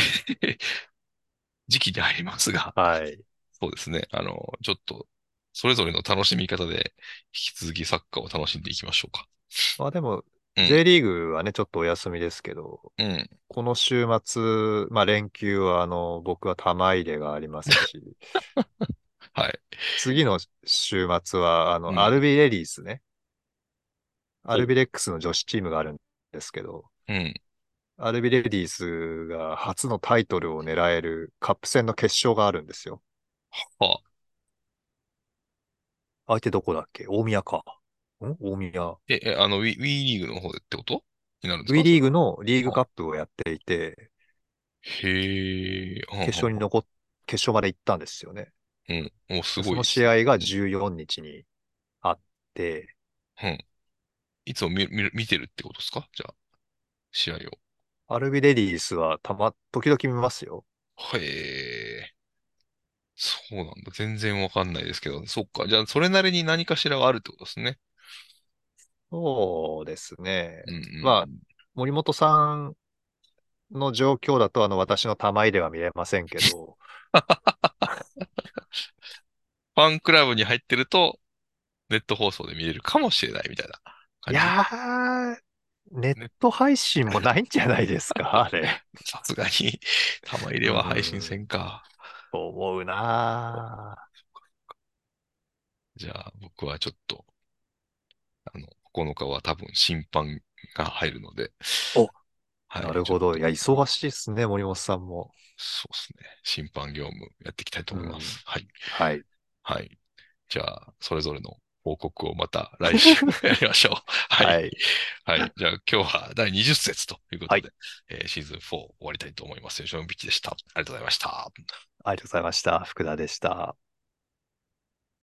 [SPEAKER 1] 時期でありますが。
[SPEAKER 2] はい。
[SPEAKER 1] そうですね。あの、ちょっと、それぞれの楽しみ方で、引き続きサッカーを楽しんでいきましょうか。
[SPEAKER 2] まあでも、
[SPEAKER 1] うん
[SPEAKER 2] J リーグはね、ちょっとお休みですけど、
[SPEAKER 1] うん。
[SPEAKER 2] この週末、まあ連休は、あの、僕は玉入れがありますし、
[SPEAKER 1] はい。
[SPEAKER 2] 次の週末は、あの、
[SPEAKER 1] うん
[SPEAKER 2] アルビレディースね。
[SPEAKER 1] お
[SPEAKER 2] アルビレックスの女子チームがあるんですけど、
[SPEAKER 1] うん。
[SPEAKER 2] アルビレディースが初のタイトルを狙えるカップ戦の決勝があるんですよ。
[SPEAKER 1] は
[SPEAKER 2] 相手どこだっけ大宮か。ん大宮。
[SPEAKER 1] え、えあの、ウィ、ウィーリーグの方でってことになるんです
[SPEAKER 2] WE
[SPEAKER 1] か
[SPEAKER 2] リーグのリーグカップをやっていて、
[SPEAKER 1] へえ、うんうん
[SPEAKER 2] 決勝に残っ、決勝まで行ったんですよね。
[SPEAKER 1] うん。お、す
[SPEAKER 2] そ
[SPEAKER 1] ごい
[SPEAKER 2] の
[SPEAKER 1] です
[SPEAKER 2] 試合が14日にあって、
[SPEAKER 1] いつも見、見、見てるってことですかじゃあ、試合を。
[SPEAKER 2] アルビレディースはたま、時々見ますよ。
[SPEAKER 1] へえ。そうなんだ。全然わかんないですけど。そっか。じゃあ、それなりに何かしらはあるってことですね。
[SPEAKER 2] そうですね。
[SPEAKER 1] うんうん。
[SPEAKER 2] まあ森本さんの状況だと、あの、私の玉入れは見れませんけど、
[SPEAKER 1] ファンクラブに入ってると、ネット放送で見れるかもしれないみたいな感
[SPEAKER 2] い
[SPEAKER 1] じ。
[SPEAKER 2] やー、ネット配信もないんじゃないです か、あれ。
[SPEAKER 1] さすが に、玉入れは配信せんか。
[SPEAKER 2] と思うな
[SPEAKER 1] じゃあ、僕はちょっと、あの、9日は多分審判が入るので。
[SPEAKER 2] お
[SPEAKER 1] は
[SPEAKER 2] ー
[SPEAKER 1] い、
[SPEAKER 2] なるほど。いや、忙しいですね、森本さんも。
[SPEAKER 1] そうですね。審判業務やっていきたいと思います。はい。
[SPEAKER 2] はい。
[SPEAKER 1] はい。じゃあ、それぞれの報告をまた来 週やりましょう。は
[SPEAKER 2] はいい。
[SPEAKER 1] はい。じゃあ、今日は第20節ということ
[SPEAKER 2] はい
[SPEAKER 1] で、えーシーズン4終わりたいと思います。吉野美希でした。ありがとうございました。
[SPEAKER 2] ありがとうございました。福田でした。